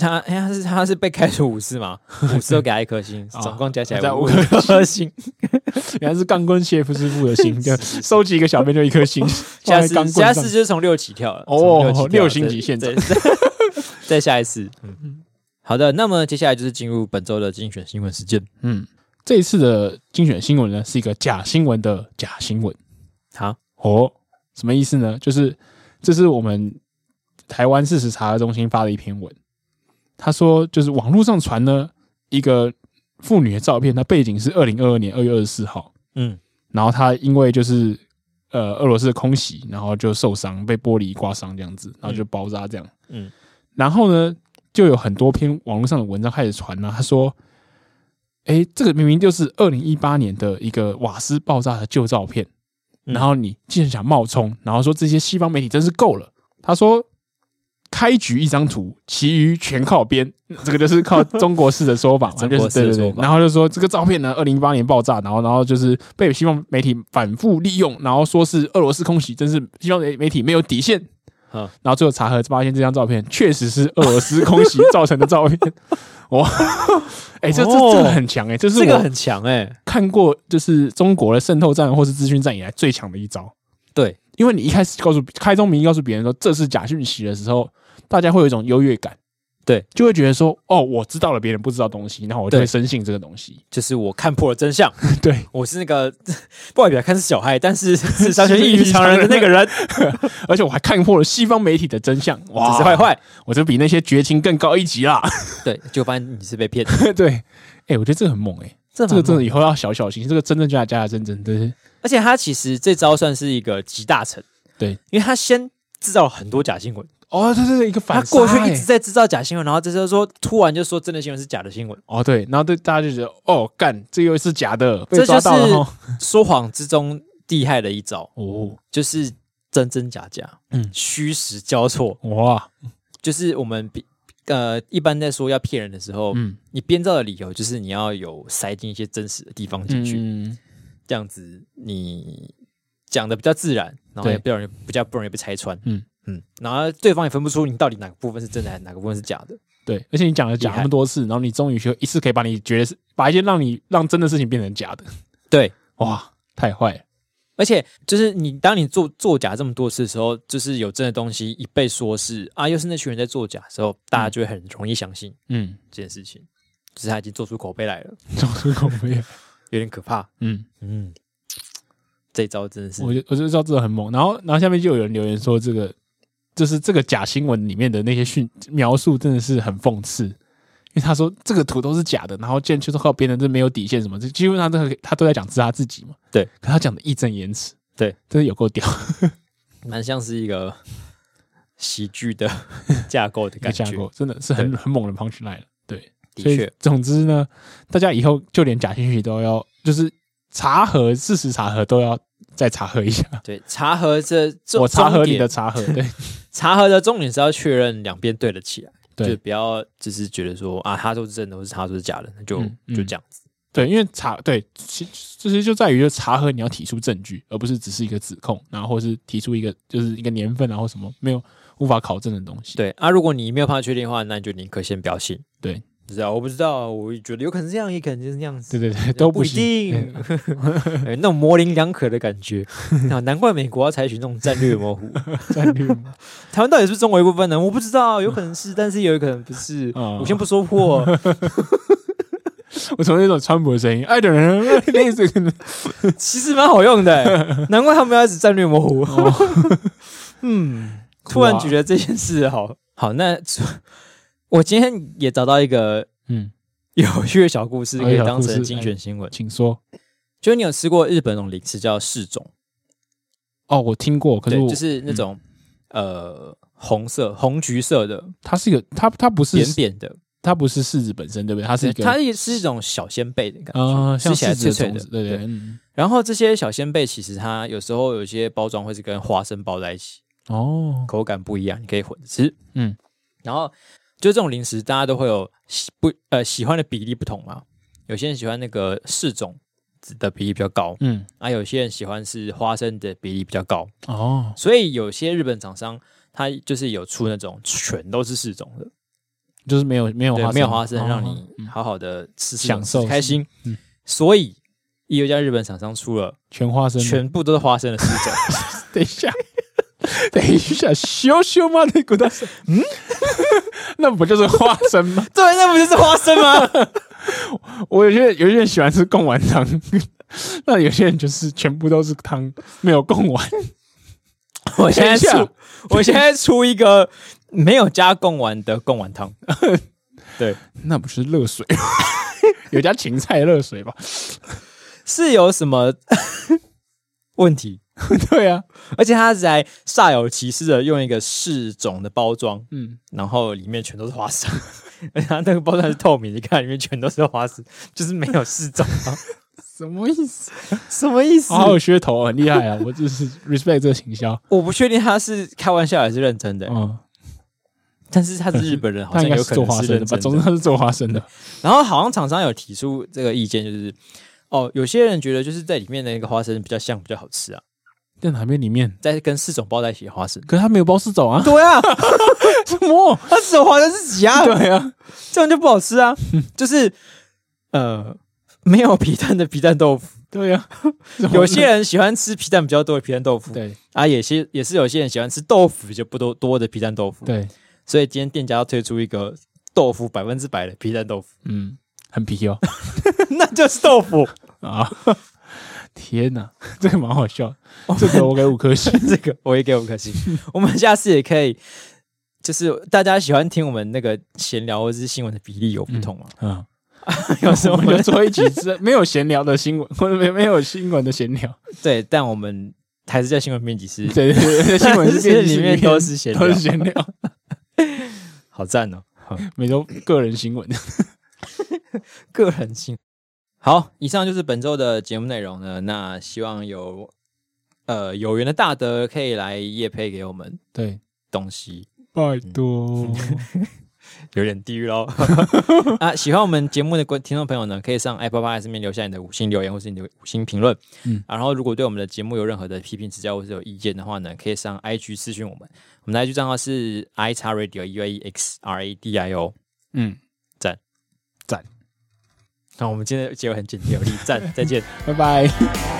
[SPEAKER 1] 他哎，他是他是被开除五次嘛，五次都给他一颗星，
[SPEAKER 2] 啊
[SPEAKER 1] 总共加起
[SPEAKER 2] 再
[SPEAKER 1] 来
[SPEAKER 2] 五
[SPEAKER 1] 五
[SPEAKER 2] 颗
[SPEAKER 1] 颗星。
[SPEAKER 2] 原来是钢棍谢夫师傅的 心，就收集一个小便就一颗心，放
[SPEAKER 1] 下
[SPEAKER 2] 在
[SPEAKER 1] 次
[SPEAKER 2] 钢
[SPEAKER 1] 下
[SPEAKER 2] 棍上
[SPEAKER 1] 次。就是从六起跳了。
[SPEAKER 2] 哦
[SPEAKER 1] 从起跳了
[SPEAKER 2] 六星级现场
[SPEAKER 1] 再再再下一次，嗯，好的。那么接下来就是进入本周的竞选新闻时间。
[SPEAKER 2] 嗯，这一次的精选新闻呢，是一个假新闻的假新闻。
[SPEAKER 1] 好，
[SPEAKER 2] 哦，什么意思呢？就是这是我们台湾事实查核中心发的一篇文，他说就是网络上传呢一个妇女的照片，她背景是二零二二年二月二十四号，
[SPEAKER 1] 嗯，
[SPEAKER 2] 然后他因为就是呃俄罗斯的空袭，然后就受伤，被玻璃刮伤这样子，然后就包扎这样。
[SPEAKER 1] 嗯，
[SPEAKER 2] 然后呢，就有很多篇网络上的文章开始传了、他说：“诶，这个明明就是二零一八年的一个瓦斯爆炸的旧照片，
[SPEAKER 1] 嗯
[SPEAKER 2] 然后你竟然想冒充，然后说这些西方媒体真是够了。”他说。开局一张图，其余全靠编，这个就是靠中国式的说法 嘛，
[SPEAKER 1] 中
[SPEAKER 2] 就是
[SPEAKER 1] 国式的
[SPEAKER 2] 对对对
[SPEAKER 1] 说法
[SPEAKER 2] 然后就说这个照片呢，二零一八年爆炸，然后然后就是被西方媒体反复利用，然后说是俄罗斯空袭，真是西方媒媒体没有底线。
[SPEAKER 1] 嗯
[SPEAKER 2] 然后最后查核发现这张照片确实是俄罗斯空袭造成的照片。 哇，哎、这这
[SPEAKER 1] 哦
[SPEAKER 2] 这个很强哎、这是
[SPEAKER 1] 这个
[SPEAKER 2] 我
[SPEAKER 1] 很强哎，
[SPEAKER 2] 看过就是中国的渗透战或是资讯战以来最强的一招。
[SPEAKER 1] 对，
[SPEAKER 2] 因为你一开始告诉开宗明义告诉别人说这是假讯息的时候，大家会有一种优越感，
[SPEAKER 1] 对，
[SPEAKER 2] 就会觉得说哦，我知道了别人不知道东西，然后我就
[SPEAKER 1] 对
[SPEAKER 2] 会深信这个 东西。
[SPEAKER 1] 就是我看破了真相，
[SPEAKER 2] 对，
[SPEAKER 1] 我是那个 外表看似小孩，但 是智商却异于常人的那个人，
[SPEAKER 2] 而且我还看破了西方媒体的真相，
[SPEAKER 1] 我
[SPEAKER 2] 哇，
[SPEAKER 1] 只是坏，坏。
[SPEAKER 2] 我就比那些绝情更高一级啦。
[SPEAKER 1] 对，就发现你是被 骗，
[SPEAKER 2] 对，哎、我觉得这个很猛哎、
[SPEAKER 1] 这
[SPEAKER 2] 这个真
[SPEAKER 1] 蛮
[SPEAKER 2] 的
[SPEAKER 1] 猛
[SPEAKER 2] 以后要小小心，这个真正加加真真对
[SPEAKER 1] 而且他其实这招算是一个集大成，
[SPEAKER 2] 对，
[SPEAKER 1] 因为他先制造了很多假新闻。
[SPEAKER 2] 哦，对对对，一个
[SPEAKER 1] 他
[SPEAKER 2] 反
[SPEAKER 1] 过去
[SPEAKER 2] 杀
[SPEAKER 1] 一
[SPEAKER 2] 欸
[SPEAKER 1] 直在制造假新闻，然后这就是说突然就说真的新闻是假的新闻，
[SPEAKER 2] 哦对，然后对大家就觉得哦干，这又是假的，被
[SPEAKER 1] 这
[SPEAKER 2] 抓
[SPEAKER 1] 就
[SPEAKER 2] 到了
[SPEAKER 1] 是
[SPEAKER 2] 哈
[SPEAKER 1] 说谎之中厉害的一招，
[SPEAKER 2] 哦
[SPEAKER 1] 就是真真假假，
[SPEAKER 2] 嗯
[SPEAKER 1] 虚实交错，
[SPEAKER 2] 哦哇
[SPEAKER 1] 就是我们比呃一般在说要骗人的时候，
[SPEAKER 2] 嗯
[SPEAKER 1] 你编造的理由就是你要有塞进一些真实的地方进去，
[SPEAKER 2] 嗯
[SPEAKER 1] 这样子你讲的比较自然，然后
[SPEAKER 2] 对
[SPEAKER 1] 也比较容易比较不容易被拆穿，
[SPEAKER 2] 嗯
[SPEAKER 1] 嗯，然后对方也分不出你到底哪个部分是真的，还是哪个部分是假的。
[SPEAKER 2] 对，而且你讲了讲
[SPEAKER 1] 厉害
[SPEAKER 2] 那么多次，然后你终于学一次可以把你觉得是把一件让你让真的事情变成假的，
[SPEAKER 1] 对，
[SPEAKER 2] 哇太坏了，
[SPEAKER 1] 而且就是你，当你做作假这么多次的时候，就是有真的东西一 被说是啊，又是那群人在作假的时候，大家就会很容易相信
[SPEAKER 2] 嗯
[SPEAKER 1] 这件事情。就是他已经做出口碑来了，
[SPEAKER 2] 做出口碑。
[SPEAKER 1] 有点可怕。
[SPEAKER 2] 嗯，
[SPEAKER 1] 嗯，这一招真的是
[SPEAKER 2] 我就我就知道这个很猛。然后然后下面就有人留言说，这个就是这个假新闻里面的那些讯描述真的是很讽刺，因为他说这个图都是假的，然后见就是靠别人这没有底线什么，这基本上这个他都在讲是他自己嘛。
[SPEAKER 1] 对，
[SPEAKER 2] 可他讲的义正言辞，
[SPEAKER 1] 对，
[SPEAKER 2] 真的有够屌，
[SPEAKER 1] 蛮像是一个喜剧的 架构的
[SPEAKER 2] 有
[SPEAKER 1] 感觉
[SPEAKER 2] 架。构真的是很很猛的 punch line 了。对，
[SPEAKER 1] 的
[SPEAKER 2] 所以
[SPEAKER 1] 确，
[SPEAKER 2] 总之呢，大家以后就连假信息都要，就是查核事实查核都要再查核一下。
[SPEAKER 1] 对查核这这
[SPEAKER 2] 我查核
[SPEAKER 1] 重
[SPEAKER 2] 你
[SPEAKER 1] 点
[SPEAKER 2] 的查核，对
[SPEAKER 1] 查核的重点是要确认两边对得起来，
[SPEAKER 2] 对
[SPEAKER 1] 就不要只是觉得说啊，他说是真的，或是他说是假的，那就、
[SPEAKER 2] 嗯嗯
[SPEAKER 1] 就这样子。
[SPEAKER 2] 对，因为查对，其其实就在于就查核你要提出证据，而不是只是一个指控，然后或是提出一个就是一个年份，然后什么没有无法考证的东西。
[SPEAKER 1] 对啊，如果你没有办法确定的话，那你就宁可先不要信。
[SPEAKER 2] 对，
[SPEAKER 1] 不知道，我不知道，我也觉得有可能是这样，也可能就是那样子，
[SPEAKER 2] 对对对，都
[SPEAKER 1] 不一
[SPEAKER 2] 行。
[SPEAKER 1] 定， 哎那种模棱两可的感觉。啊难怪美国要采取那种战略模糊。
[SPEAKER 2] 战略嘛
[SPEAKER 1] 台湾到底是不是中国一部分呢？我不知道，有可能 是，但是也有可能不是。
[SPEAKER 2] 嗯
[SPEAKER 1] 我先不说 破，
[SPEAKER 2] 我从那种川普的声音，哎等人， 那是可能
[SPEAKER 1] 其实蛮好用的、欸难怪他们要一直战略模糊。
[SPEAKER 2] 哦
[SPEAKER 1] 嗯，
[SPEAKER 2] 啊
[SPEAKER 1] 突然觉得这件事好 好。那我今天也找到一个
[SPEAKER 2] 嗯，
[SPEAKER 1] 有趣的小故 事，
[SPEAKER 2] 哦
[SPEAKER 1] 可以
[SPEAKER 2] 有
[SPEAKER 1] 当
[SPEAKER 2] 故事
[SPEAKER 1] 成精选新闻。
[SPEAKER 2] 请说。
[SPEAKER 1] 就是你有吃过日本那种零食叫柿种，
[SPEAKER 2] 哦，我听过，可是
[SPEAKER 1] 对，
[SPEAKER 2] 我嗯
[SPEAKER 1] 就是那种、呃红色、红橘色的
[SPEAKER 2] 它是一个，它它不是
[SPEAKER 1] 扁扁的，
[SPEAKER 2] 它不是柿子本身，对不对？它是一个
[SPEAKER 1] 它也是一种小鲜贝的感觉，
[SPEAKER 2] 啊，像
[SPEAKER 1] 吃起来
[SPEAKER 2] 柿
[SPEAKER 1] 脆
[SPEAKER 2] 子的
[SPEAKER 1] 脆
[SPEAKER 2] 种
[SPEAKER 1] 的
[SPEAKER 2] 子，。对
[SPEAKER 1] 对
[SPEAKER 2] 对，嗯
[SPEAKER 1] 然后这些小鲜贝其实它有时候有些包装会是跟花生包在一起，
[SPEAKER 2] 哦，
[SPEAKER 1] 口感不一样，你可以混着吃。
[SPEAKER 2] 嗯，
[SPEAKER 1] 然后就这种零食，大家都会有喜不呃喜欢的比例不同嘛。有些人喜欢那个柿种的比例比较高，
[SPEAKER 2] 嗯，
[SPEAKER 1] 啊，有些人喜欢是花生的比例比较高。
[SPEAKER 2] 哦，
[SPEAKER 1] 所以有些日本厂商它就是有出那种全都是柿种的，
[SPEAKER 2] 就是没有没有
[SPEAKER 1] 对，
[SPEAKER 2] 花
[SPEAKER 1] 没有花生
[SPEAKER 2] 哦
[SPEAKER 1] 让你
[SPEAKER 2] 嗯
[SPEAKER 1] 好好的吃柿种
[SPEAKER 2] 享受
[SPEAKER 1] 吃开心。
[SPEAKER 2] 嗯
[SPEAKER 1] 所以也有一家日本厂商出了
[SPEAKER 2] 全花生。
[SPEAKER 1] 全部都是花生的柿种。
[SPEAKER 2] 等一下， 等一下，羞羞吗？那股大声，嗯， 那不就是花生吗？
[SPEAKER 1] 对，那不就是花生吗？
[SPEAKER 2] 我有些人有些人喜欢吃贡丸汤， 那有些人就是全部都是汤，没有贡丸。
[SPEAKER 1] 我现在
[SPEAKER 2] 等一
[SPEAKER 1] 出
[SPEAKER 2] 下，
[SPEAKER 1] 我现在出一个没有加贡丸的贡丸汤。 对，
[SPEAKER 2] 那不是热水吗？ 有加芹菜热水吧？
[SPEAKER 1] 是有什么 问题？
[SPEAKER 2] 对啊，
[SPEAKER 1] 而且它是还煞有其事的用一个柿种的包装，
[SPEAKER 2] 嗯，
[SPEAKER 1] 然后里面全都是花生， 而且它那个包装还是透明，你看里面全都是花生，就是没有柿种 啊，
[SPEAKER 2] 什么意思？
[SPEAKER 1] 什么意思？
[SPEAKER 2] 好有噱头，很厉害 啊！我就是 respect 这个行销，
[SPEAKER 1] 我不确定他是开玩笑还是认真的、
[SPEAKER 2] 嗯，
[SPEAKER 1] 但是他是日本人，好
[SPEAKER 2] 他
[SPEAKER 1] 像
[SPEAKER 2] 应该
[SPEAKER 1] 有
[SPEAKER 2] 是
[SPEAKER 1] 可
[SPEAKER 2] 做
[SPEAKER 1] 能
[SPEAKER 2] 花
[SPEAKER 1] 是
[SPEAKER 2] 生
[SPEAKER 1] 认
[SPEAKER 2] 的
[SPEAKER 1] 真
[SPEAKER 2] 吧？
[SPEAKER 1] 的。
[SPEAKER 2] 总之他是做花生的，
[SPEAKER 1] 然后好像厂商有提出这个意见，就是哦，有些人觉得就是在里面的那个花生比较香，比较好吃啊，
[SPEAKER 2] 在哪边里面？。
[SPEAKER 1] 在跟四种包在一起的花生？
[SPEAKER 2] 可是他没有包四种啊
[SPEAKER 1] 对 啊，
[SPEAKER 2] 什么？
[SPEAKER 1] 它四种花生是几啊？
[SPEAKER 2] 对啊，
[SPEAKER 1] 这样就不好吃啊。就是呃，没有皮蛋的皮蛋豆腐，
[SPEAKER 2] 对 啊，怎么
[SPEAKER 1] 有些人喜欢吃皮蛋比较多的皮蛋豆腐，
[SPEAKER 2] 对
[SPEAKER 1] 啊，也些也是有些人喜欢吃豆腐就不多多的皮蛋豆腐。，
[SPEAKER 2] 对，
[SPEAKER 1] 所以今天店家要推出一个豆腐百分之百的皮蛋豆腐。
[SPEAKER 2] 嗯，很皮 哦
[SPEAKER 1] 那就是豆腐。
[SPEAKER 2] 啊！天哪， 这个蛮好笑，这个我给五颗 星。
[SPEAKER 1] 这个我也给五颗星。我们下次也可以，就是大家喜欢听我们那个闲聊或是新闻的比例有不同吗？
[SPEAKER 2] 嗯，
[SPEAKER 1] 有时候
[SPEAKER 2] 我
[SPEAKER 1] 我
[SPEAKER 2] 们
[SPEAKER 1] 们
[SPEAKER 2] 就做一集这没有闲聊的新闻， 或者没没有新闻的闲聊。
[SPEAKER 1] 对，但我们还是在新闻编辑室，
[SPEAKER 2] 对对对 对，新闻是
[SPEAKER 1] 这
[SPEAKER 2] 编辑
[SPEAKER 1] 里
[SPEAKER 2] 室
[SPEAKER 1] 面都是闲聊
[SPEAKER 2] 都是闲聊，
[SPEAKER 1] 好赞哦！
[SPEAKER 2] 每周个人新闻。
[SPEAKER 1] 个人性。好，以上就是本周的节目内容呢。那希望有呃有缘的大德可以来夜配给我们
[SPEAKER 2] 对，
[SPEAKER 1] 东西，
[SPEAKER 2] 拜托。
[SPEAKER 1] 有点地狱喽。 啊，喜欢我们节目的观听众朋友呢，可以上 Apple Podcast 上面留下你的五星留言或是你的五星评论。嗯
[SPEAKER 2] 嗯、
[SPEAKER 1] 然后如果对我们的节目有任何的批评指教或是有意见的话呢，可以上 IG 私讯我们。我们的 IG 账号是 i x radio u a e x r a d i o。
[SPEAKER 2] 嗯，
[SPEAKER 1] 那我们今天的结尾很简洁有力，赞，再见。
[SPEAKER 2] 拜拜。